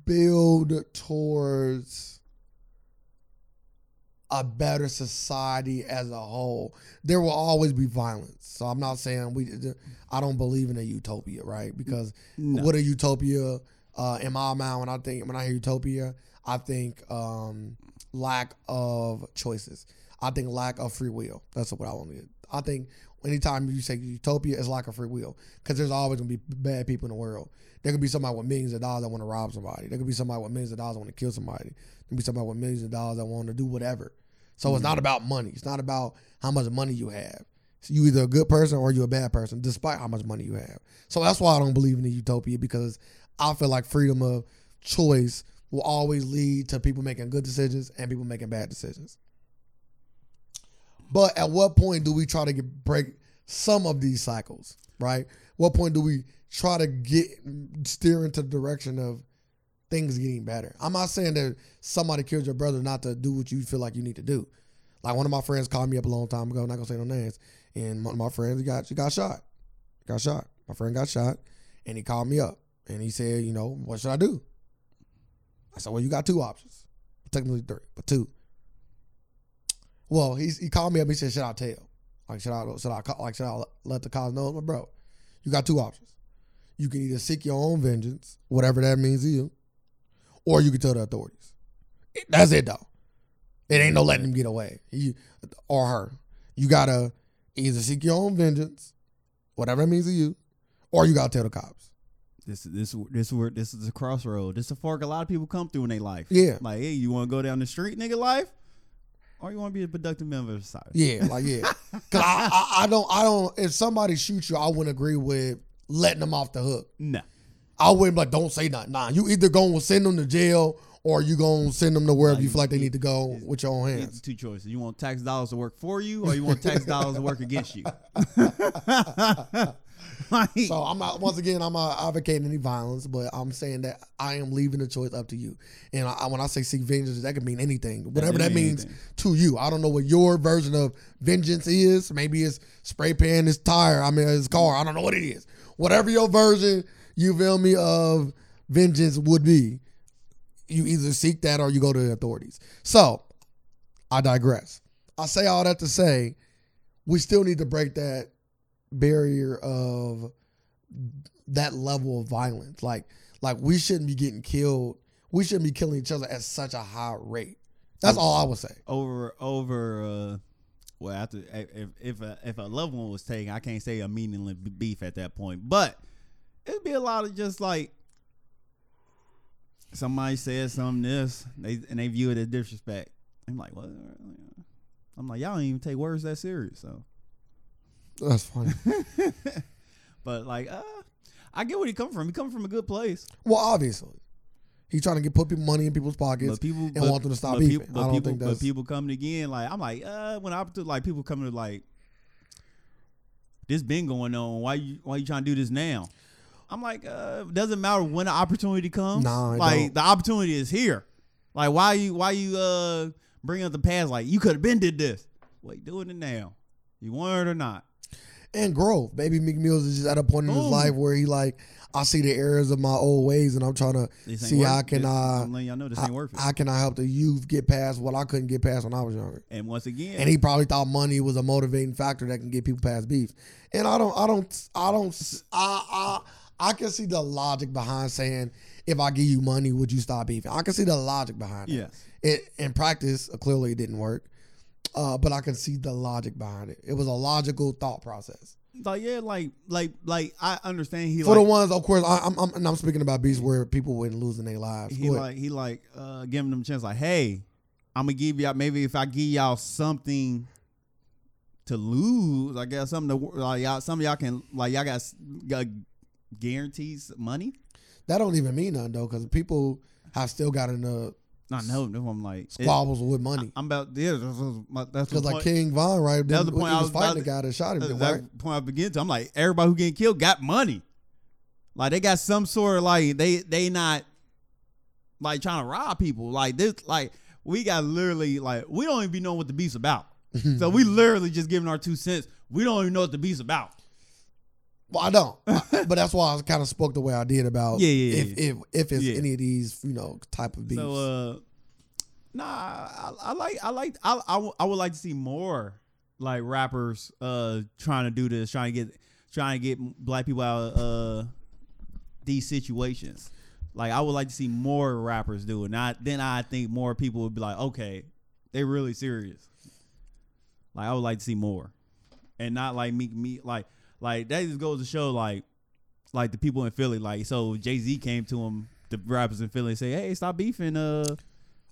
[SPEAKER 2] build towards a better society as a whole. There will always be violence. So I'm not saying we. I don't believe in a utopia, right? Because
[SPEAKER 1] No.
[SPEAKER 2] what a utopia uh, in my mind when I think when I hear utopia, I think um, lack of choices. I think lack of free will. That's what I want to. do. I think anytime you say utopia, it's lack of free will because there's always gonna be bad people in the world. There could be somebody with millions of dollars that want to rob somebody. There could be somebody with millions of dollars that want to kill somebody. There could be somebody with millions of dollars that want to do whatever. So it's not about money. It's not about how much money you have. So you either a good person or you're a bad person, despite how much money you have. So that's why I don't believe in the utopia because I feel like freedom of choice will always lead to people making good decisions and people making bad decisions. But at what point do we try to get break some of these cycles, right? What point do we try to get steer into the direction of things getting better? I'm not saying that somebody killed your brother not to do what you feel like you need to do. Like one of my friends called me up a long time ago, I'm not gonna say no names, and one of my friends he got she got shot. Got shot. My friend got shot and he called me up and he said, you know, what should I do? I said, well, you got two options. Technically three, but two. Well, he's, he called me up. He said, should I tell? Like, should I, should I, ca- like, should I let the cops know? I'm like, bro, you got two options. You can either seek your own vengeance, whatever that means to you, or you can tell the authorities. It- That's it, though. It ain't no letting him get away. He or her. You gotta either seek your own vengeance, whatever that means to you, or you gotta tell the cops.
[SPEAKER 1] This this this where this is a crossroad. This is a fork a lot of people come through in their life.
[SPEAKER 2] Yeah.
[SPEAKER 1] Like, hey, you want to go down the street, nigga, life, or you want to be a productive member of society?
[SPEAKER 2] Yeah, like yeah. Cause I, I, I don't I don't if somebody shoots you, I wouldn't agree with letting them off the hook.
[SPEAKER 1] No.
[SPEAKER 2] I wouldn't be like don't say nothing. Nah, you either gonna send them to jail or you gonna send them to wherever you feel like they need to go with your own
[SPEAKER 1] It's
[SPEAKER 2] hands.
[SPEAKER 1] two choices. You want tax dollars to work for you, or you want tax dollars to work against
[SPEAKER 2] [LAUGHS]
[SPEAKER 1] you. [LAUGHS] like,
[SPEAKER 2] So I'm not once again I'm not advocating any violence, but I'm saying that I am leaving the choice up to you. And I, when I say seek vengeance, that could mean anything, whatever
[SPEAKER 1] do
[SPEAKER 2] that
[SPEAKER 1] mean
[SPEAKER 2] means
[SPEAKER 1] anything.
[SPEAKER 2] to you. I don't know what your version of vengeance is. Maybe it's spray painting his tire. I mean his car. I don't know what it is. Whatever your version, you feel me of vengeance would be. You either seek that or you go to the authorities. So I digress. I say all that to say we still need to break that barrier of that level of violence. Like like we shouldn't be getting killed. We shouldn't be killing each other at such a high rate. That's all I would say.
[SPEAKER 1] over over. uh Well, after if if a, if a loved one was taken, I can't say a meaningless b- beef at that point, but it'd be a lot of just like somebody says something this, they and they view it as disrespect. I'm like, what? I'm like, y'all don't even take words that serious, so.
[SPEAKER 2] That's funny.
[SPEAKER 1] But like, uh, I get where he come from. He come from a good place.
[SPEAKER 2] [LAUGHS] well, obviously, he's trying to get put people money in people's pockets.
[SPEAKER 1] But people
[SPEAKER 2] and
[SPEAKER 1] but,
[SPEAKER 2] want them to stop
[SPEAKER 1] but
[SPEAKER 2] beefing.
[SPEAKER 1] people- but
[SPEAKER 2] I don't
[SPEAKER 1] people-
[SPEAKER 2] think
[SPEAKER 1] but
[SPEAKER 2] that's.
[SPEAKER 1] people coming again. Like I'm like, uh, when I like people coming to like, this been going on. Why you why you trying to do this now? I'm like, uh, doesn't matter when the opportunity comes.
[SPEAKER 2] Nah, it
[SPEAKER 1] like
[SPEAKER 2] don't.
[SPEAKER 1] the opportunity is here. Like why you why you uh bring up the past? Like you could have been did this. Wait, doing it now. You want it or not?
[SPEAKER 2] and growth. Maybe Meek Mills is just at a point in his
[SPEAKER 1] Boom.
[SPEAKER 2] life where he like, I see the errors of my old ways, and I'm trying to
[SPEAKER 1] This ain't
[SPEAKER 2] see
[SPEAKER 1] worth
[SPEAKER 2] how
[SPEAKER 1] it.
[SPEAKER 2] can uh,
[SPEAKER 1] This-
[SPEAKER 2] I,
[SPEAKER 1] I'm letting y'all know this
[SPEAKER 2] how-
[SPEAKER 1] ain't worth it.
[SPEAKER 2] how can I help the youth get past what I couldn't get past when I was younger.
[SPEAKER 1] and once again,
[SPEAKER 2] and he probably thought money was a motivating factor that can get people past beef. And I don't, I don't, I don't, I, I, I can see the logic behind saying, if I give you money, would you stop beefing? I can see the logic behind it.
[SPEAKER 1] yes.
[SPEAKER 2] It in practice, uh, clearly it didn't work, uh, but I can see the logic behind it. It was a logical thought process
[SPEAKER 1] Like yeah, like like like I understand he
[SPEAKER 2] for
[SPEAKER 1] like
[SPEAKER 2] the ones, of course. I, I'm, I'm, and I'm speaking about beefs where people were losing their lives.
[SPEAKER 1] he
[SPEAKER 2] Go ahead.
[SPEAKER 1] like he like uh giving them a chance like hey i'm gonna give y'all maybe if i give y'all something to lose i guess something to wor- like y'all some of y'all can like y'all got, s- got guarantees money
[SPEAKER 2] that don't even mean nothing though, because people have still gotten uh,
[SPEAKER 1] i know no i'm like it-
[SPEAKER 2] squabbles with money.
[SPEAKER 1] i'm about yeah that's, that's my- that's the
[SPEAKER 2] Because like
[SPEAKER 1] point,
[SPEAKER 2] King Von, right?
[SPEAKER 1] That was the
[SPEAKER 2] when
[SPEAKER 1] point
[SPEAKER 2] he
[SPEAKER 1] I
[SPEAKER 2] was
[SPEAKER 1] was about
[SPEAKER 2] fighting the
[SPEAKER 1] to-
[SPEAKER 2] guy that shot him.
[SPEAKER 1] that's
[SPEAKER 2] right?
[SPEAKER 1] the point i begin to i'm like everybody who getting killed got money Like they got some sort of like they they not like trying to rob people. Like this like we got literally like we don't even be knowing what the beat's
[SPEAKER 2] [LAUGHS]
[SPEAKER 1] about. so we literally just giving our two cents. We don't even know what the beat's about.
[SPEAKER 2] Well, I don't,
[SPEAKER 1] [LAUGHS]
[SPEAKER 2] I- but that's why I kind of spoke the way I did about
[SPEAKER 1] Yeah, yeah, yeah,
[SPEAKER 2] if, if if it's
[SPEAKER 1] Yeah.
[SPEAKER 2] any of these you know type of beefs.
[SPEAKER 1] So uh nah, I, I like I like I, I w- I would like to see more like rappers uh trying to do this, trying to get trying to get black people out of uh these situations. Like I would like to see more rappers do it. Not then I think more people would be like, okay, they really serious. Like I would like to see more, and not like Meek me like like that just goes to show like like the people in Philly like so Jay Z came to him the rappers in Philly and say hey stop beefing uh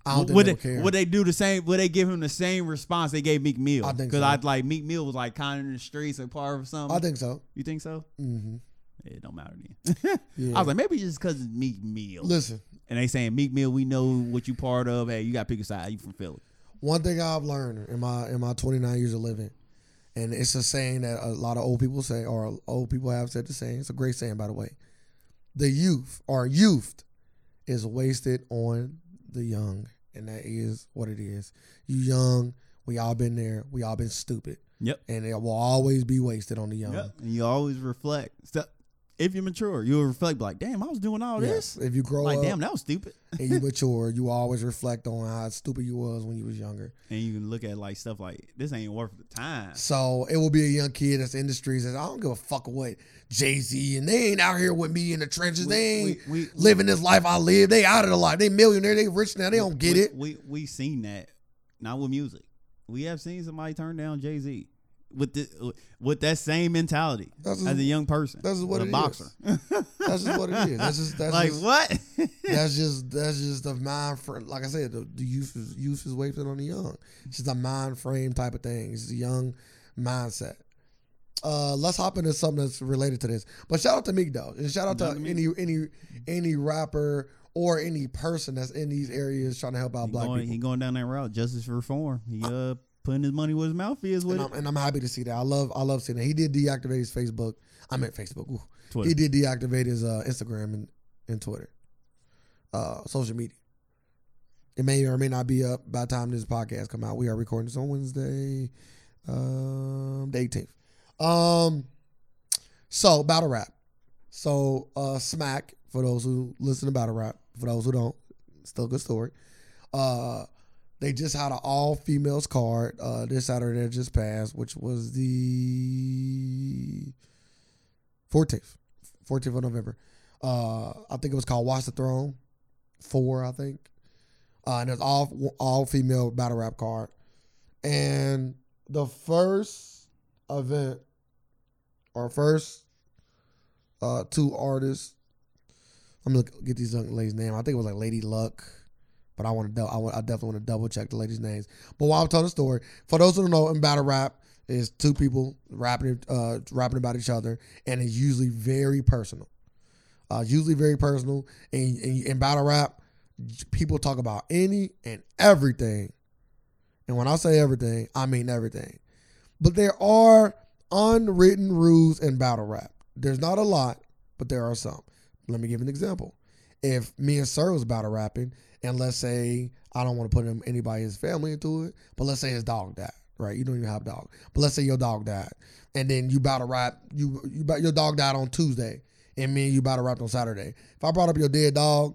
[SPEAKER 2] I don't think
[SPEAKER 1] would
[SPEAKER 2] they
[SPEAKER 1] they,
[SPEAKER 2] would care.
[SPEAKER 1] would they do the same would they give him the same response they gave Meek Mill
[SPEAKER 2] I think
[SPEAKER 1] because
[SPEAKER 2] so.
[SPEAKER 1] I like Meek Mill was like kind of in the streets and part of something
[SPEAKER 2] I think so.
[SPEAKER 1] you think so
[SPEAKER 2] hmm
[SPEAKER 1] it don't matter then [LAUGHS]
[SPEAKER 2] Yeah.
[SPEAKER 1] I was like maybe just because it's Meek Mill
[SPEAKER 2] Listen,
[SPEAKER 1] and they saying Meek Mill we know what you part of hey you got to pick a side you from Philly
[SPEAKER 2] one thing I've learned in my in my 29 years of living, and it's a saying that a lot of old people say, or old people have said the saying. It's a great saying, by the way. The youth or youth is wasted on the young, and that is what it is. You young, we all been there. We all been stupid,
[SPEAKER 1] yep
[SPEAKER 2] and it will always be wasted on the young.
[SPEAKER 1] Yep. And you always reflect. So if you're mature, you'll reflect like, damn, I was doing all
[SPEAKER 2] Yes.
[SPEAKER 1] this.
[SPEAKER 2] If you grow
[SPEAKER 1] Oh, Like,
[SPEAKER 2] up
[SPEAKER 1] damn, that was stupid.
[SPEAKER 2] and you mature, you always reflect on how stupid you was when you was younger.
[SPEAKER 1] And you can look at like stuff like this ain't worth the time.
[SPEAKER 2] So it will be a young kid that's in the streets that I don't give a fuck what Jay Z and they ain't out here with me in the trenches.
[SPEAKER 1] We-
[SPEAKER 2] they ain't
[SPEAKER 1] we- we-
[SPEAKER 2] living this life I live. They out of the life. They millionaire. They rich now. They don't get
[SPEAKER 1] we,
[SPEAKER 2] it.
[SPEAKER 1] We we seen that. Not with music. We have seen somebody turn down Jay Z with the with that same mentality
[SPEAKER 2] That's just-
[SPEAKER 1] as a young person.
[SPEAKER 2] that's just what
[SPEAKER 1] as
[SPEAKER 2] it
[SPEAKER 1] a
[SPEAKER 2] is.
[SPEAKER 1] boxer. [LAUGHS]
[SPEAKER 2] That's just what it is. That's just that's
[SPEAKER 1] like
[SPEAKER 2] just,
[SPEAKER 1] what?
[SPEAKER 2] that's just that's just the mind frame. Like I said, the, the youth is youth is wasted on the young. It's just a mind frame type of thing. It's a young mindset. Uh, let's hop into something that's related to this. But shout out to Meek though, and shout
[SPEAKER 1] Shout
[SPEAKER 2] out to
[SPEAKER 1] out to Meek.
[SPEAKER 2] any any any rapper or any person that's in these areas trying to help out
[SPEAKER 1] he,
[SPEAKER 2] black
[SPEAKER 1] going,
[SPEAKER 2] people.
[SPEAKER 1] he going down that route. Justice reform. He uh putting his money where his mouth is with
[SPEAKER 2] And
[SPEAKER 1] it.
[SPEAKER 2] I'm, and I'm happy to see that. I love I love seeing that. He did deactivate his Facebook. I meant Facebook. Ooh.
[SPEAKER 1] Twitter.
[SPEAKER 2] He did deactivate his uh, Instagram and, and Twitter, uh, social media. It may or may not be up by the time this podcast come out. We are recording this on Wednesday, um, the 18th. Um, so battle rap. So uh, smack for those who listen to battle rap. For those who don't, still a good story. Uh, they just had an all females card uh, this Saturday that just passed, which was the 14th, 14th of November. Uh, I think it was called Watch the Throne, four, I think. Uh, and it was all all female battle rap card, and the first event or first uh, two artists. I'm gonna get these young ladies' name. I think it was like Lady Luck, but I want to. I, wa- I definitely want to double check the ladies' names. But while I'm telling the story, for those who don't know, in battle rap is two people rapping, uh, rapping about each other, and it's usually very personal. Uh, usually very personal, and, and in battle rap, j- people talk about any and everything. And when I say everything, I mean everything. But there are unwritten rules in battle rap. There's not a lot, but there are some. Let me give an example. If me and Sir was battle rapping, and let's say I don't want to put him, anybody his family into it, but let's say his dog died, right? You don't even have a dog, but let's say your dog died, and then you battle rap, you you bout- your dog died on Tuesday, and me and you battle rapped on Saturday. If I brought up your dead dog,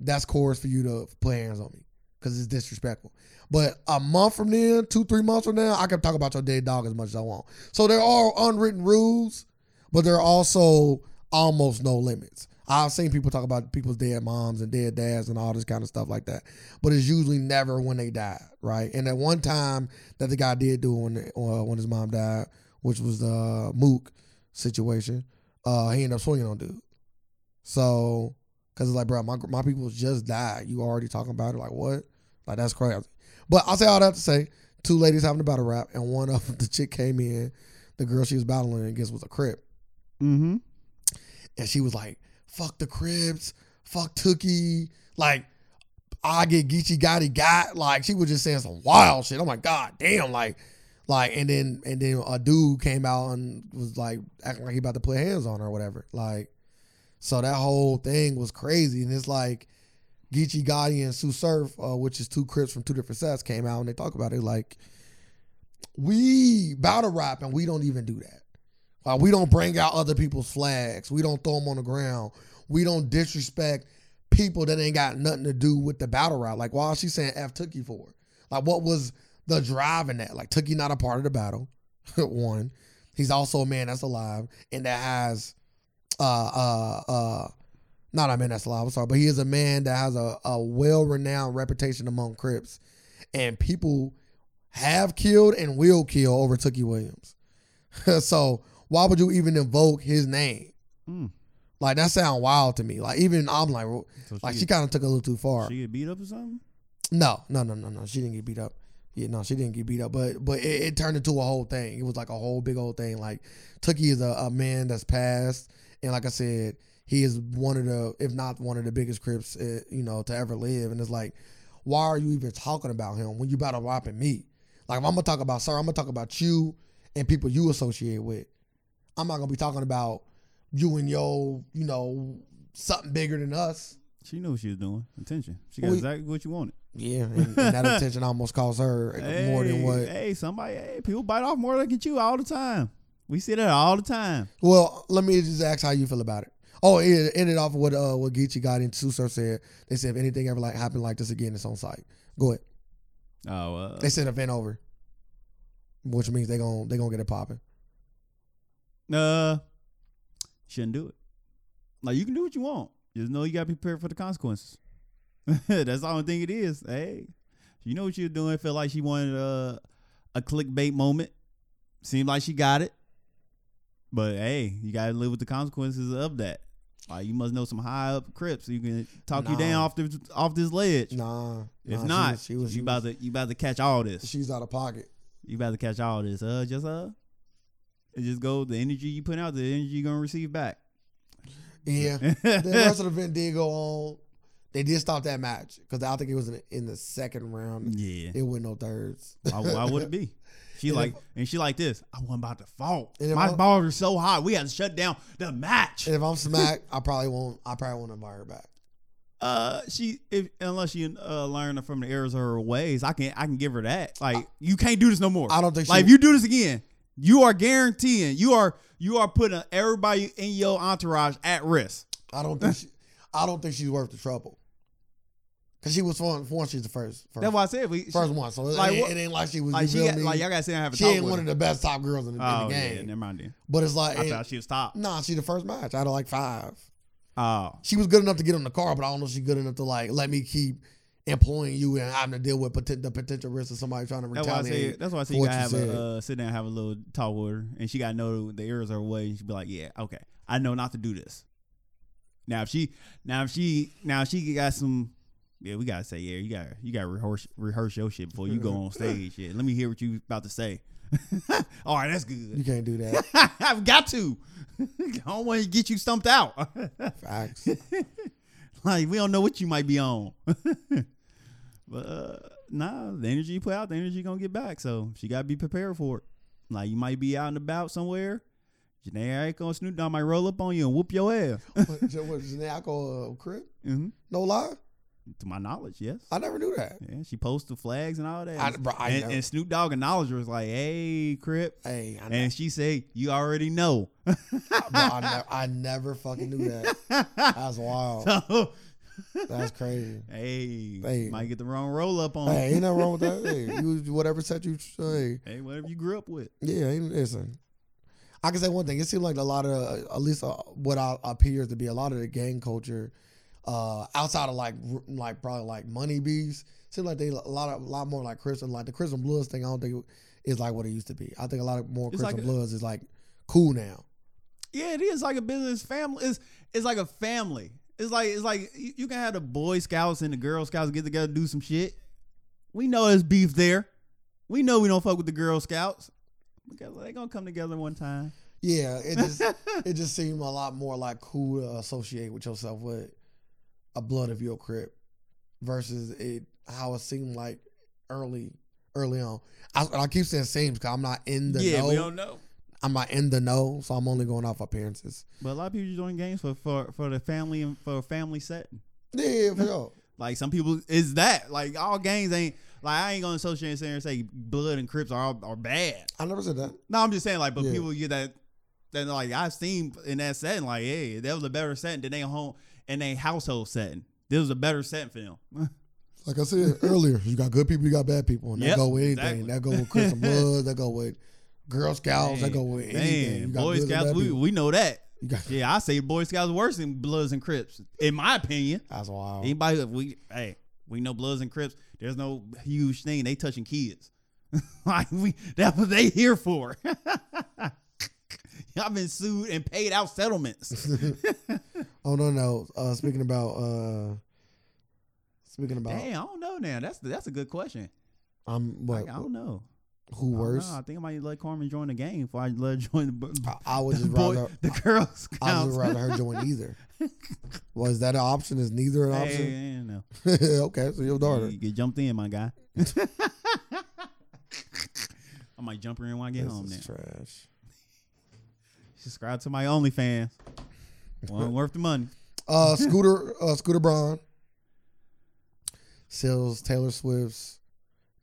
[SPEAKER 2] that's cause for you to put hands on me because it's disrespectful. But a month from then, two, three months from now, I can talk about your dead dog as much as I want. So there are unwritten rules, but there are also almost no limits. I've seen people talk about people's dead moms and dead dads and all this kind of stuff like that, but it's usually never when they died, right? And at one time that the guy did do when uh, when his mom died, which was the Mook situation, uh, he ended up swinging on dude. So, cause it's like, bro, my my people just died. You already talking about it? Like what? Like that's crazy. But I say all that to say, two ladies having a battle rap, and one of [LAUGHS] them, the chick came in, the girl she was battling against was a crip,
[SPEAKER 1] mm-hmm.
[SPEAKER 2] and she was like, "Fuck the Crips, fuck Tookie, like I get Geechee Gotti got." Like she was just saying some wild shit. I'm like, God damn, like Like and then and then a dude came out and was like acting like he about to put hands on her or whatever. Like so that whole thing was crazy. And it's like Geechee Gotti and Sue Surf, uh, which is two Crips from two different sets, came out and they talk about it like we battle rap and we don't even do that. Like we don't bring out other people's flags. We don't throw them on the ground. We don't disrespect people that ain't got nothing to do with the battle rap. Like why is she saying F Tookie for? Like what was the drive in that? Like Tookie not a part of the battle. [LAUGHS] One, he's also a man that's alive and that has uh uh uh not a man that's alive, I'm sorry, but he is a man that has a, a well renowned reputation among Crips. And people have killed and will kill over Tookie Williams. [LAUGHS] so why would you even invoke his name?
[SPEAKER 1] Mm.
[SPEAKER 2] Like that sound wild to me. Like even I'm like, w-
[SPEAKER 1] So
[SPEAKER 2] like
[SPEAKER 1] she,
[SPEAKER 2] she kind of took it a little too far.
[SPEAKER 1] she get beat up or something?
[SPEAKER 2] no, no, no, no, no. She didn't get beat up. Yeah, no, she didn't get beat up. But but it, it turned into a whole thing. It was like a whole big old thing. Like Tookie is a, a man that's passed, and like I said, he is one of the, if not one of the biggest Crips, uh, you know, to ever live. And it's like, why are you even talking about him when you about to rap at me? Like if I'm gonna talk about sir, I'm gonna talk about you and people you associate with. I'm not gonna be talking about you and your, you know, something bigger than us.
[SPEAKER 1] She knew what she was doing. Attention. She got
[SPEAKER 2] We-
[SPEAKER 1] exactly what you wanted.
[SPEAKER 2] Yeah, and, and [LAUGHS] that attention almost cost her more than
[SPEAKER 1] Hey,
[SPEAKER 2] what.
[SPEAKER 1] Hey, somebody. Hey, people bite off more than they can chew all the time. We see that all the time.
[SPEAKER 2] Well, let me just ask how you feel about it. Oh, it ended off with uh, what Geechee got into. Sir said they said if anything ever like happened like this again, it's on site. Go ahead.
[SPEAKER 1] Oh, uh,
[SPEAKER 2] They said event over, which means they gon' they gonna get it popping.
[SPEAKER 1] Uh, shouldn't do it. Like you can do what you want. Just know you gotta be prepared for the consequences. [LAUGHS] That's the only thing it is. Hey, you know what you're doing. Felt like she wanted a a clickbait moment. Seemed like she got it. But hey, you gotta live with the consequences of that. Like you must know some high up crips. You can talk you
[SPEAKER 2] Nah.
[SPEAKER 1] down off this off this ledge.
[SPEAKER 2] Nah, nah,
[SPEAKER 1] if
[SPEAKER 2] she
[SPEAKER 1] not,
[SPEAKER 2] was- she was, she
[SPEAKER 1] you about
[SPEAKER 2] was-
[SPEAKER 1] to you about to catch all this.
[SPEAKER 2] she's out of pocket.
[SPEAKER 1] You about to catch all this. Uh, just uh, it just go the energy you put out, the energy you gonna receive back. [LAUGHS]
[SPEAKER 2] Yeah, the rest of the event did go on. They did stop that match because I think it was in, in the second round.
[SPEAKER 1] yeah,
[SPEAKER 2] It went no thirds.
[SPEAKER 1] why, why would it be? She
[SPEAKER 2] And
[SPEAKER 1] like and she like this. I wasn't about to fall.
[SPEAKER 2] And if
[SPEAKER 1] My
[SPEAKER 2] I-
[SPEAKER 1] balls are so hot. We had to shut down the match.
[SPEAKER 2] And if I'm smacked, I probably won't. I probably won't invite her back.
[SPEAKER 1] Uh, she if unless she uh learn from the errors of her ways, I can I can give her that. Like you can't do this no more.
[SPEAKER 2] I don't think she.
[SPEAKER 1] Like if you do this again, you are guaranteeing you are you are putting everybody in your entourage at risk.
[SPEAKER 2] I don't think she, I don't think she's worth the trouble. Cause she was one, for one she's the first, first,
[SPEAKER 1] That's why I said we. she-
[SPEAKER 2] first one. So it,
[SPEAKER 1] Like
[SPEAKER 2] ain't,
[SPEAKER 1] what-
[SPEAKER 2] it ain't like she was.
[SPEAKER 1] like
[SPEAKER 2] you
[SPEAKER 1] she
[SPEAKER 2] feel
[SPEAKER 1] got,
[SPEAKER 2] me?
[SPEAKER 1] like y'all gotta sit down and have a
[SPEAKER 2] she
[SPEAKER 1] talk
[SPEAKER 2] ain't
[SPEAKER 1] with
[SPEAKER 2] one of
[SPEAKER 1] her.
[SPEAKER 2] the best top girls in the, in
[SPEAKER 1] Oh
[SPEAKER 2] the
[SPEAKER 1] yeah,
[SPEAKER 2] game. Mm.
[SPEAKER 1] never mind then.
[SPEAKER 2] but it's like,
[SPEAKER 1] I
[SPEAKER 2] it-
[SPEAKER 1] thought she was top.
[SPEAKER 2] nah, she the first match out of like five.
[SPEAKER 1] Oh,
[SPEAKER 2] She was good enough to get on the car, but I don't know if she's good enough to like let me keep employing you and having to deal with poten- the potential risk of somebody trying to
[SPEAKER 1] That's why I say.
[SPEAKER 2] retaliate.
[SPEAKER 1] That's why I say
[SPEAKER 2] for
[SPEAKER 1] you
[SPEAKER 2] what
[SPEAKER 1] gotta
[SPEAKER 2] you
[SPEAKER 1] have
[SPEAKER 2] said.
[SPEAKER 1] a uh, sit down, and have a little talk with her, and she gotta know the errors of her way. And she be like, "Yeah, okay, I know not to do this." Now if she, now if she, now if she got some. Yeah, we gotta say, yeah, you gotta you gotta rehearse rehearse your shit before you go on stage. Yeah, let me hear what you about to say. [LAUGHS] All right, that's
[SPEAKER 2] You
[SPEAKER 1] good. [LAUGHS]
[SPEAKER 2] can't do that.
[SPEAKER 1] I've got to. [LAUGHS] I don't want to get you stumped out. [LAUGHS]
[SPEAKER 2] Facts.
[SPEAKER 1] like we don't know what you might be on. [LAUGHS] but uh, nah, the energy you put out, the energy you gonna get back. So she gotta be prepared for it. Like you might be out and about somewhere. Janae Aiko and Snoop Dogg might roll up on you and whoop your ass.
[SPEAKER 2] what, was I call uh, crib?
[SPEAKER 1] hmm
[SPEAKER 2] No lie,
[SPEAKER 1] To my knowledge, yes.
[SPEAKER 2] I never knew that.
[SPEAKER 1] Yeah, she posts the flags and all that.
[SPEAKER 2] I- bro, I
[SPEAKER 1] and,
[SPEAKER 2] know.
[SPEAKER 1] and Snoop Dogg acknowledged her was like, "Hey, Crip,"
[SPEAKER 2] Hey, I,
[SPEAKER 1] and she say, "You already know." [LAUGHS]
[SPEAKER 2] bro, I, ne- I never fucking knew that. That's wild.
[SPEAKER 1] so,
[SPEAKER 2] That's crazy.
[SPEAKER 1] hey,
[SPEAKER 2] Hey.
[SPEAKER 1] might get the wrong roll up on.
[SPEAKER 2] Hey,
[SPEAKER 1] you.
[SPEAKER 2] ain't nothing wrong with that.
[SPEAKER 1] [LAUGHS]
[SPEAKER 2] Hey, you whatever set you say.
[SPEAKER 1] hey, whatever you grew up with.
[SPEAKER 2] Yeah, ain't, listen. I can say one thing. It seemed like a lot of, at least uh, what I, appears to be a lot of the gang culture, uh, outside of like r- like probably like money bees, seems like they a lot of a lot more like Chris and like the Chris and Bloods thing. I don't think is like what it used to be. I think a lot of more
[SPEAKER 1] It's
[SPEAKER 2] Chris
[SPEAKER 1] like
[SPEAKER 2] and
[SPEAKER 1] a-
[SPEAKER 2] Bloods is like cool now.
[SPEAKER 1] Yeah, it is like a business family. It's it's like a family. It's like it's like you, you can have the Boy Scouts and the Girl Scouts get together do some shit. We know there's beef there. We know we don't fuck with the Girl Scouts because they gonna come together one time.
[SPEAKER 2] Yeah, [LAUGHS] it just it just seemed a lot more like cool to associate with yourself with a blood of your crib versus it how it seemed like early early on. I, I keep saying seems because I'm not in the
[SPEAKER 1] yeah, we
[SPEAKER 2] know.
[SPEAKER 1] don't know.
[SPEAKER 2] I'm not in the know, so I'm only going off appearances.
[SPEAKER 1] But a lot of people just join games for for for the family and for a family setting.
[SPEAKER 2] Yeah, yeah, for sure.
[SPEAKER 1] Like some people is that like all games ain't like I ain't gonna associate and sit here and say blood and crips are are bad.
[SPEAKER 2] I never said that.
[SPEAKER 1] No, I'm just saying like, but
[SPEAKER 2] Yeah.
[SPEAKER 1] people get that. Then like I've seen in that setting, like hey, that was a better setting than they home and they household setting. This was a better setting for them.
[SPEAKER 2] Like I [LAUGHS] said earlier, you got good people, you got bad people, and
[SPEAKER 1] Yep,
[SPEAKER 2] that go with anything.
[SPEAKER 1] exactly.
[SPEAKER 2] That go with [LAUGHS] Christian Blood. That go with Girl Scouts. that go with oh, anything. You
[SPEAKER 1] Man,
[SPEAKER 2] got
[SPEAKER 1] Boy
[SPEAKER 2] good and
[SPEAKER 1] Scouts,
[SPEAKER 2] bad
[SPEAKER 1] we,
[SPEAKER 2] people.
[SPEAKER 1] we know that.
[SPEAKER 2] You got-
[SPEAKER 1] Yeah, I say Boy Scouts worse than Bloods and Crips, in my opinion.
[SPEAKER 2] That's wild.
[SPEAKER 1] Anybody if we hey, we know Bloods and Crips. There's no huge thing. They touching kids. [LAUGHS] like we that's what they here for. [LAUGHS] I've been sued and paid out
[SPEAKER 2] [LAUGHS]
[SPEAKER 1] settlements.
[SPEAKER 2] Oh no, no. Uh, speaking about uh, speaking about
[SPEAKER 1] Damn, I don't know now. That's that's a good question.
[SPEAKER 2] um,
[SPEAKER 1] I, I
[SPEAKER 2] what
[SPEAKER 1] don't know.
[SPEAKER 2] who
[SPEAKER 1] I don't
[SPEAKER 2] worse?
[SPEAKER 1] know. I think I might let Carmen join the game before I let her [LAUGHS] join the, b-
[SPEAKER 2] I, I would
[SPEAKER 1] the [LAUGHS]
[SPEAKER 2] just
[SPEAKER 1] boy,
[SPEAKER 2] rather
[SPEAKER 1] the girls.
[SPEAKER 2] I would rather her
[SPEAKER 1] [LAUGHS]
[SPEAKER 2] join either. Was that an option? Is neither an
[SPEAKER 1] Hey,
[SPEAKER 2] option?
[SPEAKER 1] I don't know.
[SPEAKER 2] [LAUGHS] okay, so your daughter.
[SPEAKER 1] You get jumped in, my guy. [LAUGHS] I might jump her in when I get
[SPEAKER 2] This
[SPEAKER 1] home now.
[SPEAKER 2] is trash.
[SPEAKER 1] Subscribe to my OnlyFans. One worth the money.
[SPEAKER 2] Uh, Scooter
[SPEAKER 1] [LAUGHS]
[SPEAKER 2] uh, Scooter Braun sells Taylor Swift's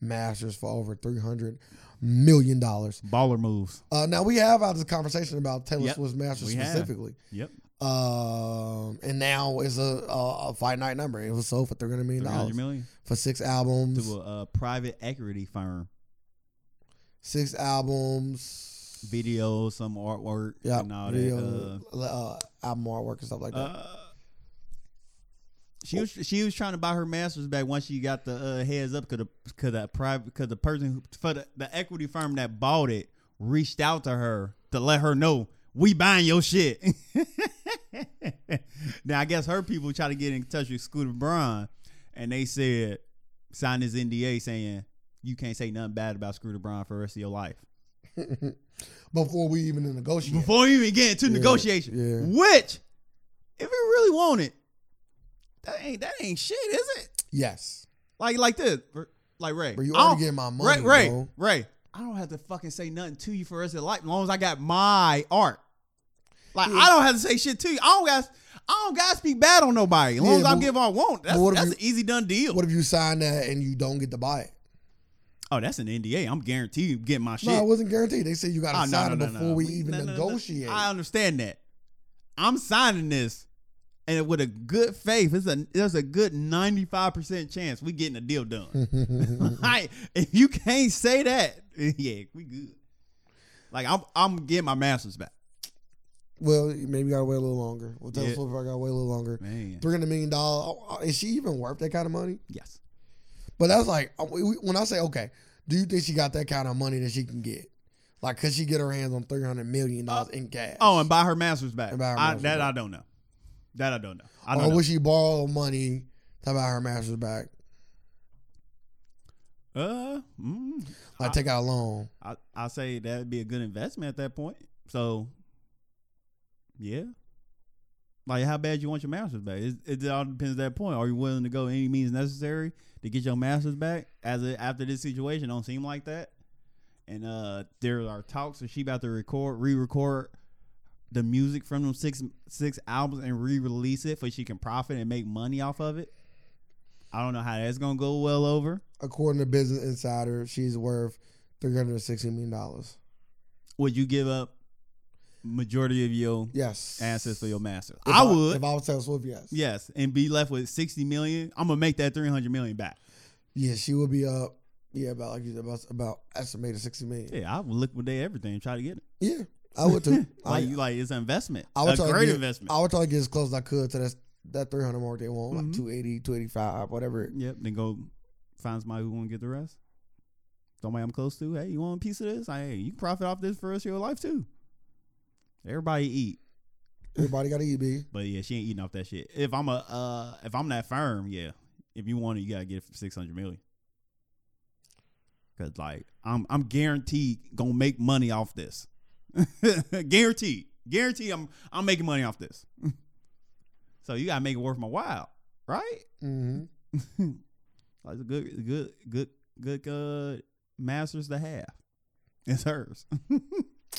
[SPEAKER 2] masters for over three hundred million dollars.
[SPEAKER 1] Baller moves.
[SPEAKER 2] Uh, now we have had this conversation about Taylor
[SPEAKER 1] Yep,
[SPEAKER 2] Swift's masters
[SPEAKER 1] we have.
[SPEAKER 2] specifically.
[SPEAKER 1] Yep.
[SPEAKER 2] Um, and now it's a, a, a finite number. It was sold for three hundred million
[SPEAKER 1] Three hundred
[SPEAKER 2] dollars
[SPEAKER 1] million
[SPEAKER 2] for six albums.
[SPEAKER 1] to a uh, private equity firm.
[SPEAKER 2] Six albums.
[SPEAKER 1] Video, some artwork,
[SPEAKER 2] Yeah,
[SPEAKER 1] and all
[SPEAKER 2] video,
[SPEAKER 1] that.
[SPEAKER 2] uh, album artwork and stuff like
[SPEAKER 1] Uh,
[SPEAKER 2] that.
[SPEAKER 1] uh, she was she was trying to buy her masters back once she got the uh, heads up because the because the private because the person who, for the, the equity firm that bought it reached out to her to let her know we buying your shit. [LAUGHS] now I guess her people try to get in touch with Scooter Braun, and they said sign this NDA saying you can't say nothing bad about Scooter Braun for the rest of your life. uh,
[SPEAKER 2] [LAUGHS] Before we even negotiate.
[SPEAKER 1] before you even get into
[SPEAKER 2] Yeah,
[SPEAKER 1] negotiation.
[SPEAKER 2] yeah.
[SPEAKER 1] Which, if you really want it, that ain't that ain't shit, is it?
[SPEAKER 2] Yes.
[SPEAKER 1] Like like this, like Ray.
[SPEAKER 2] But you
[SPEAKER 1] I don't-
[SPEAKER 2] already getting my money,
[SPEAKER 1] Ray, Ray,
[SPEAKER 2] bro.
[SPEAKER 1] Ray. I don't have to fucking say nothing to you for the rest of the life, as long as I got my art. Like
[SPEAKER 2] Yeah.
[SPEAKER 1] I don't have to say shit to you. I don't got. I don't gotta speak bad on nobody. As long
[SPEAKER 2] Yeah,
[SPEAKER 1] as I
[SPEAKER 2] but-
[SPEAKER 1] give all I want, that's,
[SPEAKER 2] but what if
[SPEAKER 1] that's
[SPEAKER 2] you-
[SPEAKER 1] an easy done deal.
[SPEAKER 2] What if you sign that and you don't get to buy it?
[SPEAKER 1] oh, that's an NDA. I'm guaranteed you getting my shit.
[SPEAKER 2] No, it wasn't guaranteed. They said you got to
[SPEAKER 1] Oh, no,
[SPEAKER 2] sign
[SPEAKER 1] no,
[SPEAKER 2] it
[SPEAKER 1] no, no,
[SPEAKER 2] before
[SPEAKER 1] no.
[SPEAKER 2] we even
[SPEAKER 1] no, no, no, no.
[SPEAKER 2] negotiate. [LAUGHS]
[SPEAKER 1] I [LAUGHS] understand that. I'm signing this, and with a good faith, it's a there's a good 95 percent chance we getting a deal done.
[SPEAKER 2] [LAUGHS]
[SPEAKER 1] like, if you can't say that, [LAUGHS] yeah, we good. Like I'm I'm getting my masters back,
[SPEAKER 2] well, maybe you got to wait a little longer. Well, tell
[SPEAKER 1] Yeah.
[SPEAKER 2] us if I got to wait a little longer.
[SPEAKER 1] man.
[SPEAKER 2] Three hundred million dollars. oh, Is she even worth that kind of money?
[SPEAKER 1] Yes,
[SPEAKER 2] But that's like uh, we- we- when I say okay, do you think she got that kind of money that she can get? Like, could she get her hands on three hundred million dollars in cash?
[SPEAKER 1] Oh, and buy her masters back.
[SPEAKER 2] And buy her
[SPEAKER 1] I,
[SPEAKER 2] masters
[SPEAKER 1] that
[SPEAKER 2] back.
[SPEAKER 1] I don't know. That I don't know. I
[SPEAKER 2] or
[SPEAKER 1] don't know.
[SPEAKER 2] would she borrow money to buy her masters back?
[SPEAKER 1] Uh, mm,
[SPEAKER 2] Like,
[SPEAKER 1] I-
[SPEAKER 2] take out a loan.
[SPEAKER 1] I I say that'd be a good investment at that point. So, yeah. Like, how bad you want your masters back? It, it all depends at that point. Are you willing to go any means necessary to get your masters back? As a, after this situation, don't seem like that. And uh there are talks that she about to record, re-record the music from them six six albums and re-release it, for she can profit and make money off of it. I don't know how that's gonna go well over.
[SPEAKER 2] According to Business Insider, she's worth three hundred sixty million dollars.
[SPEAKER 1] Would you give up majority of your
[SPEAKER 2] Yes,
[SPEAKER 1] assets for your master.
[SPEAKER 2] If
[SPEAKER 1] I would,
[SPEAKER 2] If I was Taylor Swift, yes.
[SPEAKER 1] yes, and be left with sixty million. I'm gonna make that three hundred million back.
[SPEAKER 2] Yeah, she would be up. Yeah, about like you said, about about estimated sixty million.
[SPEAKER 1] Yeah, I would liquidate everything and try to get it.
[SPEAKER 2] Yeah, I
[SPEAKER 1] [LAUGHS]
[SPEAKER 2] would too.
[SPEAKER 1] Like,
[SPEAKER 2] I,
[SPEAKER 1] like it's an investment.
[SPEAKER 2] I would
[SPEAKER 1] a
[SPEAKER 2] try to
[SPEAKER 1] great
[SPEAKER 2] get-
[SPEAKER 1] investment.
[SPEAKER 2] I would try to get as close as I could to that that three hundred mark they want,
[SPEAKER 1] Mhm.
[SPEAKER 2] like 280, 285, whatever.
[SPEAKER 1] yep. Then go find somebody who want to get the rest. Somebody I'm close to. Hey, you want a piece of this? Hey, you can profit off this for the rest of your life too. Everybody eat,
[SPEAKER 2] Everybody got to eat, B.
[SPEAKER 1] but yeah, she ain't eating off that shit. If I'm a, uh, if I'm that firm, yeah. If you want it, you gotta get it for six hundred million. Cause like I'm I'm guaranteed gonna make money off this. [LAUGHS] guaranteed. Guaranteed I'm I'm making money off this. [LAUGHS] so you gotta make it worth my while, right?
[SPEAKER 2] Mm-hmm.
[SPEAKER 1] Like it's a good good good good uh masters the half. It's hers.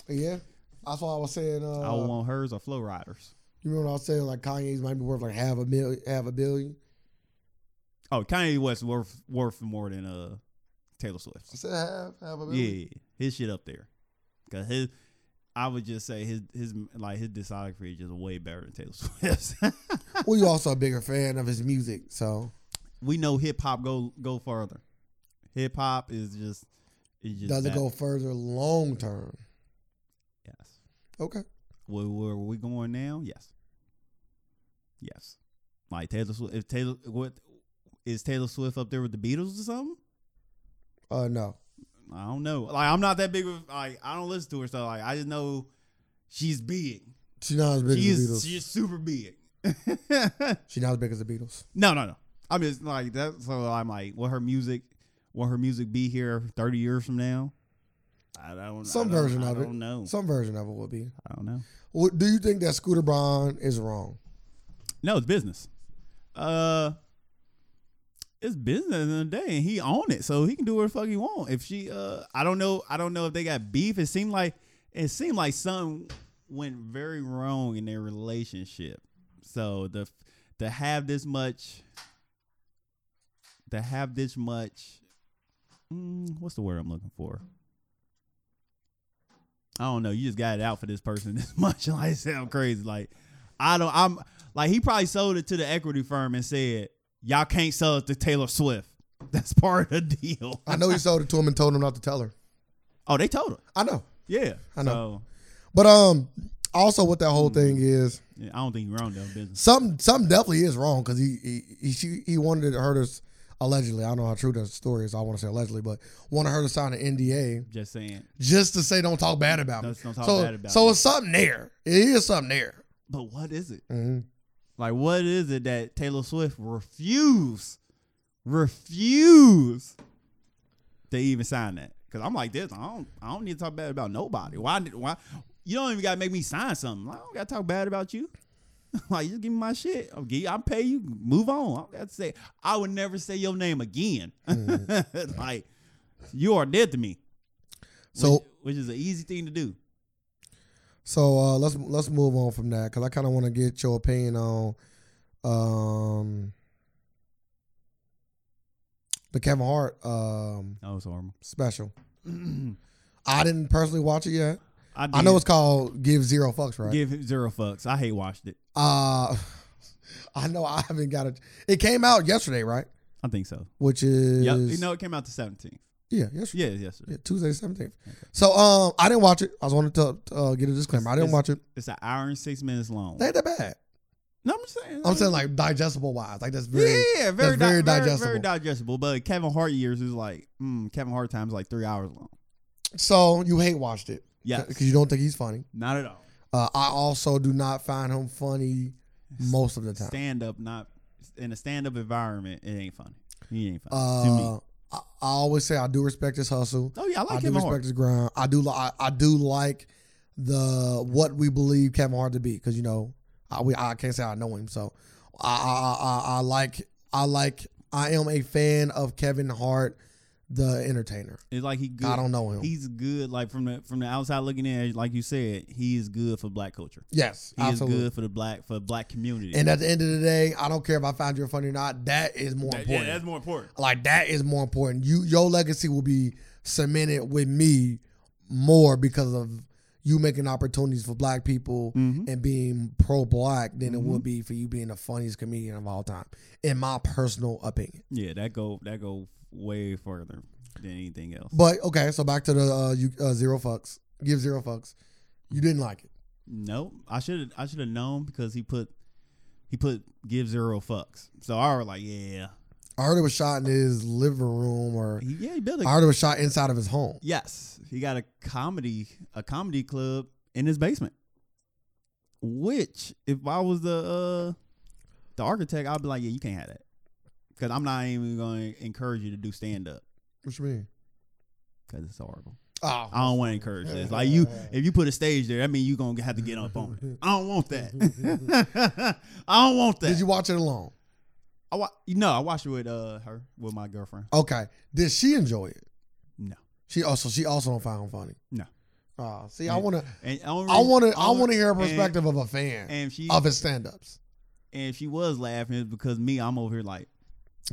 [SPEAKER 2] Yeah. That's why I was saying. Uh,
[SPEAKER 1] I would want hers or Flow Riders.
[SPEAKER 2] you remember what I was saying? Like Kanye's might be worth like half a million, half a billion.
[SPEAKER 1] Oh, Kanye West worth worth more than uh Taylor
[SPEAKER 2] I
[SPEAKER 1] Swift's.
[SPEAKER 2] said half, half a billion.
[SPEAKER 1] Yeah, his shit up there. Cause his, I would just say his his like his discography is just way better than Taylor Swift's. [LAUGHS]
[SPEAKER 2] [LAUGHS] Well, you also a bigger fan of his music, so
[SPEAKER 1] we know hip hop go go further. Hip hop is just it just
[SPEAKER 2] does it
[SPEAKER 1] that-
[SPEAKER 2] go further long term?
[SPEAKER 1] Yes.
[SPEAKER 2] Okay.
[SPEAKER 1] Where, where we going now? Yes. Yes. Like Taylor Swift. If Taylor, what is Taylor Swift up there with the Beatles or something?
[SPEAKER 2] Uh, no.
[SPEAKER 1] I don't know. Like I'm not that big of like I don't listen to her stuff. Like I just know she's big.
[SPEAKER 2] She's not as big as the
[SPEAKER 1] She's
[SPEAKER 2] Beatles.
[SPEAKER 1] she's super big. [LAUGHS]
[SPEAKER 2] She's not as big as the Beatles.
[SPEAKER 1] no, no, no. I mean, it's like that. So I'm like, will her music, will her music be here 30 years from now? I don't.
[SPEAKER 2] Some
[SPEAKER 1] I don't,
[SPEAKER 2] version
[SPEAKER 1] I
[SPEAKER 2] of it.
[SPEAKER 1] don't know.
[SPEAKER 2] Some version of it would be.
[SPEAKER 1] I don't know.
[SPEAKER 2] What, do you think that Scooter Braun is wrong?
[SPEAKER 1] No, it's business. Uh, it's business in the day, and he own it, so he can do what the fuck he want. If she, uh, I don't know, I don't know if they got beef. It seemed like it seemed like something went very wrong in their relationship. So the to have this much, to have this much, mm, what's the word I'm looking for? I don't know. You just got it out for this person [LAUGHS] this much. Like, it sound crazy. Like, I don't. I'm like he probably sold it to the equity firm and said, "Y'all can't sell it to Taylor Swift. [LAUGHS] That's part of the deal." [LAUGHS]
[SPEAKER 2] I know he sold it to him and told him not to tell her.
[SPEAKER 1] Oh, they told her.
[SPEAKER 2] I know.
[SPEAKER 1] Yeah,
[SPEAKER 2] I
[SPEAKER 1] So,
[SPEAKER 2] know. But um, also what that
[SPEAKER 1] Hmm.
[SPEAKER 2] whole thing is,
[SPEAKER 1] yeah, I don't think you're wrong though. Business.
[SPEAKER 2] some some definitely is wrong because he he he, she, he wanted her to s- allegedly. I don't know how true that story is. I want to say allegedly, but wanted her to sign an NDA
[SPEAKER 1] Just saying.
[SPEAKER 2] just to say don't talk bad about me.
[SPEAKER 1] Just don't talk
[SPEAKER 2] so
[SPEAKER 1] bad about
[SPEAKER 2] so
[SPEAKER 1] me.
[SPEAKER 2] it's something there. It is something there.
[SPEAKER 1] But what is it?
[SPEAKER 2] Mhm.
[SPEAKER 1] Like, what is it that Taylor Swift refused, refused to even sign that? Because I'm like this. I don't. I don't need to talk bad about nobody. Why? did- Why? You don't even got to make me sign something. I don't got to talk bad about you. [LAUGHS] like, just give me my shit. I'll give. You, I'll pay you. Move on. I don't got to say. I would never say your name again. [LAUGHS] like, you are dead to me.
[SPEAKER 2] Mm-hmm. So
[SPEAKER 1] which, which is an easy thing to do.
[SPEAKER 2] So uh, let's let's move on from that because I kind of want to get your opinion on um, the Kevin Hart um,
[SPEAKER 1] Oh, it's horrible. [CLEARS THROAT]
[SPEAKER 2] special. I didn't personally watch it yet. I
[SPEAKER 1] did
[SPEAKER 2] know it's called Give Zero Fucks, right?
[SPEAKER 1] give him zero fucks. I hate watched it.
[SPEAKER 2] Uh, [LAUGHS] I know I haven't got it. It came out yesterday, right?
[SPEAKER 1] I think so.
[SPEAKER 2] Which is
[SPEAKER 1] Yep. You know, it came out the 17th.
[SPEAKER 2] yeah, yesterday.
[SPEAKER 1] Yeah, yes, sir.
[SPEAKER 2] Yeah, Tuesday seventeenth. So um, I didn't watch it. I just wanted to uh, get a disclaimer. I didn't
[SPEAKER 1] It's-
[SPEAKER 2] watch it.
[SPEAKER 1] It's an hour and six minutes long.
[SPEAKER 2] They ain't that bad.
[SPEAKER 1] no, I'm saying.
[SPEAKER 2] I'm saying like digestible wise, like that's very
[SPEAKER 1] yeah,
[SPEAKER 2] that's
[SPEAKER 1] very, di-
[SPEAKER 2] very
[SPEAKER 1] very digestible.
[SPEAKER 2] digestible.
[SPEAKER 1] Very, digestible. But Kevin Hart years is like, mm, Kevin Hart times like three hours long.
[SPEAKER 2] So you hate watched it,
[SPEAKER 1] Yes.
[SPEAKER 2] because you don't think he's funny.
[SPEAKER 1] Not at all.
[SPEAKER 2] Uh, I also do not find him funny most of the time.
[SPEAKER 1] Stand up, not in a stand up environment, it ain't funny. He ain't funny to me.
[SPEAKER 2] Uh, I, I always say I do respect his hustle.
[SPEAKER 1] Oh yeah, I
[SPEAKER 2] I,
[SPEAKER 1] like
[SPEAKER 2] do
[SPEAKER 1] Kevin
[SPEAKER 2] respect
[SPEAKER 1] Hart.
[SPEAKER 2] his grind. I do. Li- I, I do like the what we believe Kevin Hart to be because you know I we, I can't say I know him, so I I, I I I like I like I am a fan of Kevin Hart, the entertainer.
[SPEAKER 1] It's like he good.
[SPEAKER 2] I don't know him.
[SPEAKER 1] He's good. Like from the from the outside looking in, like you said, he is good for black culture.
[SPEAKER 2] yes,
[SPEAKER 1] He
[SPEAKER 2] absolutely.
[SPEAKER 1] is good for the black for black community.
[SPEAKER 2] And at the end of the day, I don't care if I found you funny or not. That is more important.
[SPEAKER 1] more important.
[SPEAKER 2] like that is more important. You your legacy will be cemented with me more because of you making opportunities for black people
[SPEAKER 1] Mhm.
[SPEAKER 2] and being pro black than
[SPEAKER 1] Mm-hmm.
[SPEAKER 2] it would be for you being the funniest comedian of all time, in my personal opinion.
[SPEAKER 1] Yeah, that go that go way further than anything else.
[SPEAKER 2] But okay, so back to the uh, you, uh, zero fucks. Give zero fucks. You didn't like it.
[SPEAKER 1] Nope. I should I should have known because he put he put give zero fucks. So I was like, yeah,
[SPEAKER 2] I heard it was shot in his living room, or
[SPEAKER 1] he, yeah, he built a
[SPEAKER 2] I heard it was shot inside of his home.
[SPEAKER 1] yes, he got a comedy a comedy club in his basement. Which, if I was the uh the architect, I'd be like, yeah, you can't have that because I'm not even going to encourage you to do stand up
[SPEAKER 2] What you mean?
[SPEAKER 1] because it's horrible.
[SPEAKER 2] Oh,
[SPEAKER 1] I don't want to encourage this. Like you, if you put a stage there, that means you gonna have to get up on it. I don't want that. [LAUGHS] I don't want that.
[SPEAKER 2] did you watch it alone?
[SPEAKER 1] I wa- no, I watched it with uh her with my girlfriend.
[SPEAKER 2] Okay. Did she enjoy it?
[SPEAKER 1] No.
[SPEAKER 2] She also she also don't find him funny.
[SPEAKER 1] No.
[SPEAKER 2] Oh, see, I
[SPEAKER 1] Yeah.
[SPEAKER 2] want to
[SPEAKER 1] And only,
[SPEAKER 2] I want to I
[SPEAKER 1] only-
[SPEAKER 2] want to hear a
[SPEAKER 1] and-
[SPEAKER 2] perspective of a fan
[SPEAKER 1] And she
[SPEAKER 2] of his stand-ups.
[SPEAKER 1] and she was laughing is because me, I'm over here like,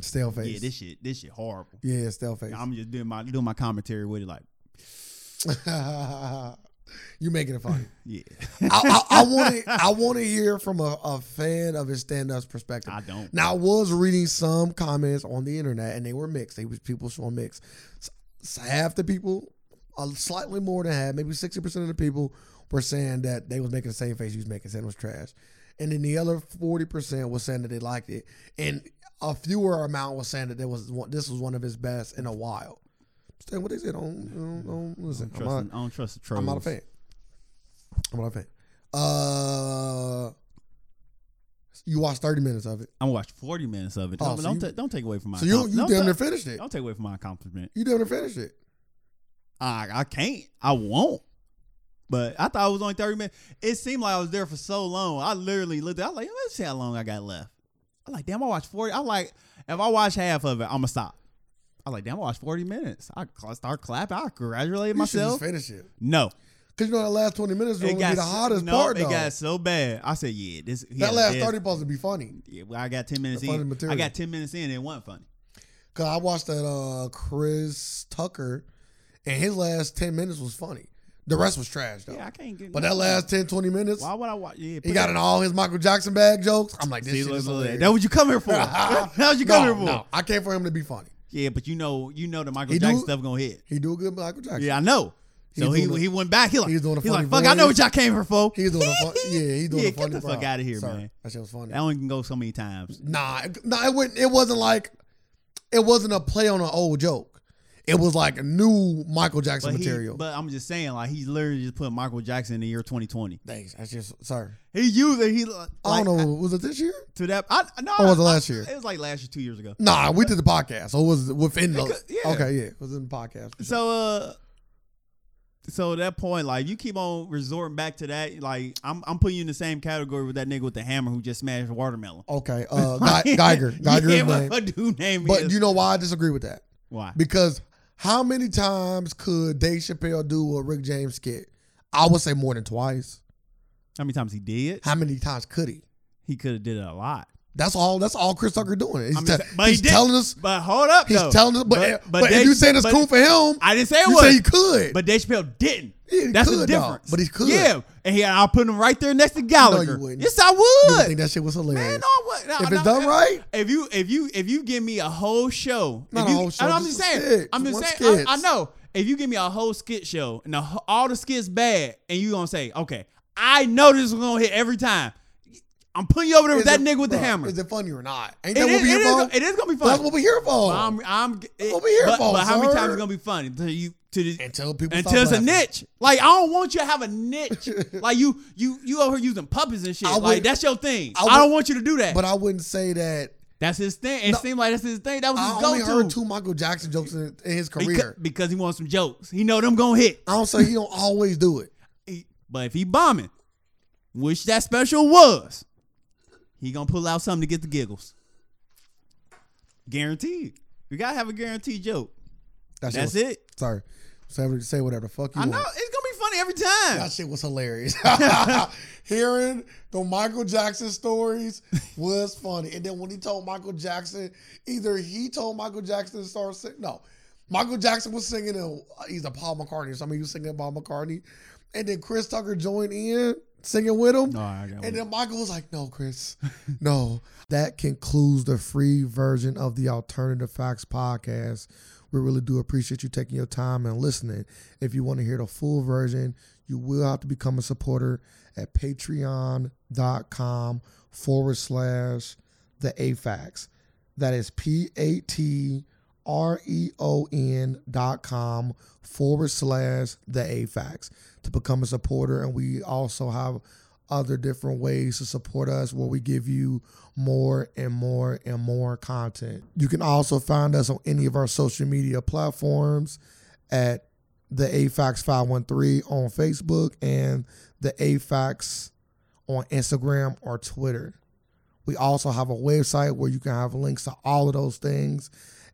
[SPEAKER 2] Stale face.
[SPEAKER 1] yeah, this shit, this shit horrible.
[SPEAKER 2] Yeah, stale face.
[SPEAKER 1] I'm just doing my doing my commentary with it, like,
[SPEAKER 2] [LAUGHS] you making it funny.
[SPEAKER 1] yeah,
[SPEAKER 2] I, I, I want to I want to hear from a, a fan of his stand-ups perspective.
[SPEAKER 1] I
[SPEAKER 2] [LAUGHS]
[SPEAKER 1] don't.
[SPEAKER 2] Now I was reading some comments on the internet, and they were mixed. They was people showing mixed. S- s- half the people, uh, slightly more than half, maybe sixty percent of the people were saying that they was making the same face he was making, saying it was trash, and then the other forty percent was saying that they liked it, and a fewer amount was saying that there was one, this was one of his best in a while. Understand what they said? Don't, don't, don't listen.
[SPEAKER 1] Trust,
[SPEAKER 2] I'm not,
[SPEAKER 1] I don't trust the trolls.
[SPEAKER 2] I'm not a fan. I'm not a fan. Uh, you watched thirty minutes of it.
[SPEAKER 1] I'm gonna watch 40 minutes of it.
[SPEAKER 2] Oh,
[SPEAKER 1] don't
[SPEAKER 2] so
[SPEAKER 1] don't,
[SPEAKER 2] you-
[SPEAKER 1] ta- don't take away from my.
[SPEAKER 2] So you
[SPEAKER 1] accom-
[SPEAKER 2] you
[SPEAKER 1] don't
[SPEAKER 2] damn
[SPEAKER 1] ta-
[SPEAKER 2] near finished it.
[SPEAKER 1] Don't take away from my accomplishment.
[SPEAKER 2] You damn near finished it.
[SPEAKER 1] I I can't. I won't. But I thought it was only 30 minutes. It seemed like I was there for so long. I literally looked. at I was like, let's see how long I got left. I'm like, damn, I watched 40. I'm like, if I watch half of it, I'm gonna stop. I was like, damn, I watched 40 minutes. I cl- start clapping. I congratulated
[SPEAKER 2] You should
[SPEAKER 1] myself.
[SPEAKER 2] just finish it.
[SPEAKER 1] No,
[SPEAKER 2] Cause you know that last twenty minutes is gonna be the
[SPEAKER 1] so-
[SPEAKER 2] hottest
[SPEAKER 1] no,
[SPEAKER 2] part
[SPEAKER 1] It
[SPEAKER 2] though.
[SPEAKER 1] got so bad. I said, yeah, this. he had a
[SPEAKER 2] that last
[SPEAKER 1] dead-
[SPEAKER 2] thirty supposed to be funny.
[SPEAKER 1] Yeah, well, I got 10 minutes
[SPEAKER 2] The funny
[SPEAKER 1] in.
[SPEAKER 2] material.
[SPEAKER 1] I got 10 minutes in. It wasn't funny.
[SPEAKER 2] Cause I watched that uh Chris Tucker, and his last ten minutes was funny. The rest was trash though.
[SPEAKER 1] Yeah, I can't get.
[SPEAKER 2] but that last 10, 20 minutes,
[SPEAKER 1] Why would I watch? Yeah,
[SPEAKER 2] he
[SPEAKER 1] put
[SPEAKER 2] got in all his Michael Jackson bag jokes. I'm like, this
[SPEAKER 1] See,
[SPEAKER 2] shit
[SPEAKER 1] look,
[SPEAKER 2] is
[SPEAKER 1] look, look.
[SPEAKER 2] hilarious.
[SPEAKER 1] That what you come
[SPEAKER 2] [LAUGHS]
[SPEAKER 1] here for? That what you come here
[SPEAKER 2] no,
[SPEAKER 1] for?
[SPEAKER 2] no, I came for him to be funny.
[SPEAKER 1] Yeah, but you know, you know the Michael
[SPEAKER 2] He
[SPEAKER 1] Jackson
[SPEAKER 2] do-
[SPEAKER 1] stuff gonna hit.
[SPEAKER 2] He do a good Michael Jackson.
[SPEAKER 1] Yeah, I know.
[SPEAKER 2] He
[SPEAKER 1] So he
[SPEAKER 2] doing a-
[SPEAKER 1] he went back. He like
[SPEAKER 2] he's doing a
[SPEAKER 1] he's
[SPEAKER 2] funny
[SPEAKER 1] like fuck. I know what
[SPEAKER 2] voice.
[SPEAKER 1] y'all came here for.
[SPEAKER 2] He's doing
[SPEAKER 1] [LAUGHS]
[SPEAKER 2] a fun. Yeah, he's doing
[SPEAKER 1] Yeah,
[SPEAKER 2] a funny.
[SPEAKER 1] get the fuck
[SPEAKER 2] bro.
[SPEAKER 1] out of here,
[SPEAKER 2] Sorry.
[SPEAKER 1] man.
[SPEAKER 2] That shit was funny.
[SPEAKER 1] That one can go so many times.
[SPEAKER 2] Nah, it- nah, it wasn't. It wasn't like it wasn't a play on an old joke. It was like new Michael Jackson
[SPEAKER 1] But he-
[SPEAKER 2] material.
[SPEAKER 1] but I'm just saying, like he's literally just put Michael Jackson in the year 2020.
[SPEAKER 2] Thanks. That's just sorry.
[SPEAKER 1] He usually he like
[SPEAKER 2] I don't know. was it this year?
[SPEAKER 1] to that. I no,
[SPEAKER 2] Or was it
[SPEAKER 1] I-
[SPEAKER 2] last year?
[SPEAKER 1] It was like last year, two
[SPEAKER 2] [LAUGHS]
[SPEAKER 1] years ago.
[SPEAKER 2] Nah, we did the podcast. So it was within the.
[SPEAKER 1] could- yeah.
[SPEAKER 2] Okay, yeah, it was in the podcast.
[SPEAKER 1] So uh so at that point, like you keep on resorting back to that, like I'm I'm putting you in the same category with that nigga with the hammer who just smashed a watermelon.
[SPEAKER 2] Okay, [LAUGHS] uh,
[SPEAKER 1] [LAUGHS]
[SPEAKER 2] Ge- Geiger, Geiger
[SPEAKER 1] yeah,
[SPEAKER 2] is name.
[SPEAKER 1] what dude name
[SPEAKER 2] But
[SPEAKER 1] is.
[SPEAKER 2] you know why I disagree with that?
[SPEAKER 1] Why?
[SPEAKER 2] Because how many times could Dave Chappelle do a Rick James skit? I would say more than twice.
[SPEAKER 1] How many times he did?
[SPEAKER 2] How many times could he?
[SPEAKER 1] He could have did it a lot.
[SPEAKER 2] That's all. That's all Chris Tucker doing. He's,
[SPEAKER 1] I'm
[SPEAKER 2] te-
[SPEAKER 1] just- but he
[SPEAKER 2] he's
[SPEAKER 1] did-
[SPEAKER 2] telling us.
[SPEAKER 1] But hold up,
[SPEAKER 2] He's
[SPEAKER 1] though.
[SPEAKER 2] telling us. But but, if
[SPEAKER 1] Dave-
[SPEAKER 2] you saying it's
[SPEAKER 1] but-
[SPEAKER 2] cool for him,
[SPEAKER 1] I didn't say it
[SPEAKER 2] you say
[SPEAKER 1] was.
[SPEAKER 2] he could.
[SPEAKER 1] but Dave Chappelle didn't.
[SPEAKER 2] Yeah, he
[SPEAKER 1] That's the
[SPEAKER 2] could, dog.
[SPEAKER 1] difference.
[SPEAKER 2] But he could.
[SPEAKER 1] Yeah, and he, I put him right there next to Gallagher.
[SPEAKER 2] wouldn't.
[SPEAKER 1] Yes, I
[SPEAKER 2] you would
[SPEAKER 1] would.
[SPEAKER 2] think that shit was hilarious.
[SPEAKER 1] Man, no, I wouldn't. No,
[SPEAKER 2] if
[SPEAKER 1] no,
[SPEAKER 2] it's done
[SPEAKER 1] no.
[SPEAKER 2] right,
[SPEAKER 1] If you if you if you give me a whole show,
[SPEAKER 2] Not
[SPEAKER 1] if
[SPEAKER 2] a
[SPEAKER 1] you,
[SPEAKER 2] whole show,
[SPEAKER 1] and I'm
[SPEAKER 2] just
[SPEAKER 1] just
[SPEAKER 2] a
[SPEAKER 1] saying,
[SPEAKER 2] skit,
[SPEAKER 1] I'm
[SPEAKER 2] one
[SPEAKER 1] just saying, I, I
[SPEAKER 2] skits.
[SPEAKER 1] know if you give me a whole skit show and the, wh- all the skits bad, and you gonna say, okay, I know this is gonna hit every time. I'm putting you over there with
[SPEAKER 2] Is
[SPEAKER 1] that
[SPEAKER 2] it-
[SPEAKER 1] nigga with the
[SPEAKER 2] bruh,
[SPEAKER 1] hammer.
[SPEAKER 2] Is it funny or not? Ain't
[SPEAKER 1] It
[SPEAKER 2] that
[SPEAKER 1] is,
[SPEAKER 2] what we
[SPEAKER 1] it,
[SPEAKER 2] here
[SPEAKER 1] is,
[SPEAKER 2] for?
[SPEAKER 1] go- it is gonna be
[SPEAKER 2] That's
[SPEAKER 1] fun.
[SPEAKER 2] what we here for.
[SPEAKER 1] But I'm, I'm, it,
[SPEAKER 2] what we here
[SPEAKER 1] but,
[SPEAKER 2] for,
[SPEAKER 1] But how many times
[SPEAKER 2] sir.
[SPEAKER 1] is gonna be funny until you to the,
[SPEAKER 2] until people
[SPEAKER 1] until it's
[SPEAKER 2] stop
[SPEAKER 1] a
[SPEAKER 2] laughing.
[SPEAKER 1] niche? Like I don't want you to
[SPEAKER 2] [LAUGHS]
[SPEAKER 1] have a niche. like you you you over here using puppets and shit.
[SPEAKER 2] I
[SPEAKER 1] like
[SPEAKER 2] would-
[SPEAKER 1] that's your thing.
[SPEAKER 2] I
[SPEAKER 1] I,
[SPEAKER 2] would-
[SPEAKER 1] don't want you to do that.
[SPEAKER 2] But I wouldn't say that.
[SPEAKER 1] That's his thing. It
[SPEAKER 2] No.
[SPEAKER 1] seemed like that's his thing. That was
[SPEAKER 2] I
[SPEAKER 1] his
[SPEAKER 2] only
[SPEAKER 1] go-to.
[SPEAKER 2] heard two Michael Jackson jokes in, in his
[SPEAKER 1] Beca-
[SPEAKER 2] career.
[SPEAKER 1] because he wants some jokes. He know them gonna hit.
[SPEAKER 2] I don't say he don't always do it.
[SPEAKER 1] He- But if he bombing, which that special was, he gonna pull out something to get the giggles. Guaranteed. You gotta have a guaranteed joke.
[SPEAKER 2] That shit
[SPEAKER 1] That's
[SPEAKER 2] was-
[SPEAKER 1] it.
[SPEAKER 2] Sorry, say whatever, say whatever the fuck you
[SPEAKER 1] I
[SPEAKER 2] want.
[SPEAKER 1] know it's gonna be funny every time.
[SPEAKER 2] That shit was hilarious. [LAUGHS] Hearing the Michael Jackson stories was funny. And then when he told Michael Jackson, either he told Michael Jackson to start singing. No, Michael Jackson was singing a, either Paul McCartney or somebody was singing Paul McCartney. And then Chris Tucker joined in singing with him.
[SPEAKER 1] No, I got
[SPEAKER 2] And
[SPEAKER 1] one.
[SPEAKER 2] then Michael was like, no, Chris, [LAUGHS] no. That concludes the free version of the Alternative Facts podcast. We really do appreciate you taking your time and listening. If you want to hear the full version, you will have to become a supporter at patreon.com forward slash the AFAX. That is P A T R E O N dot com forward slash the AFAX to become a supporter. And we also have other different ways to support us where we give you more and more and more content. You can also find us on any of our social media platforms at the AFAX 513 on Facebook and the AFAX on Instagram or Twitter. We also have a website where you can have links to all of those things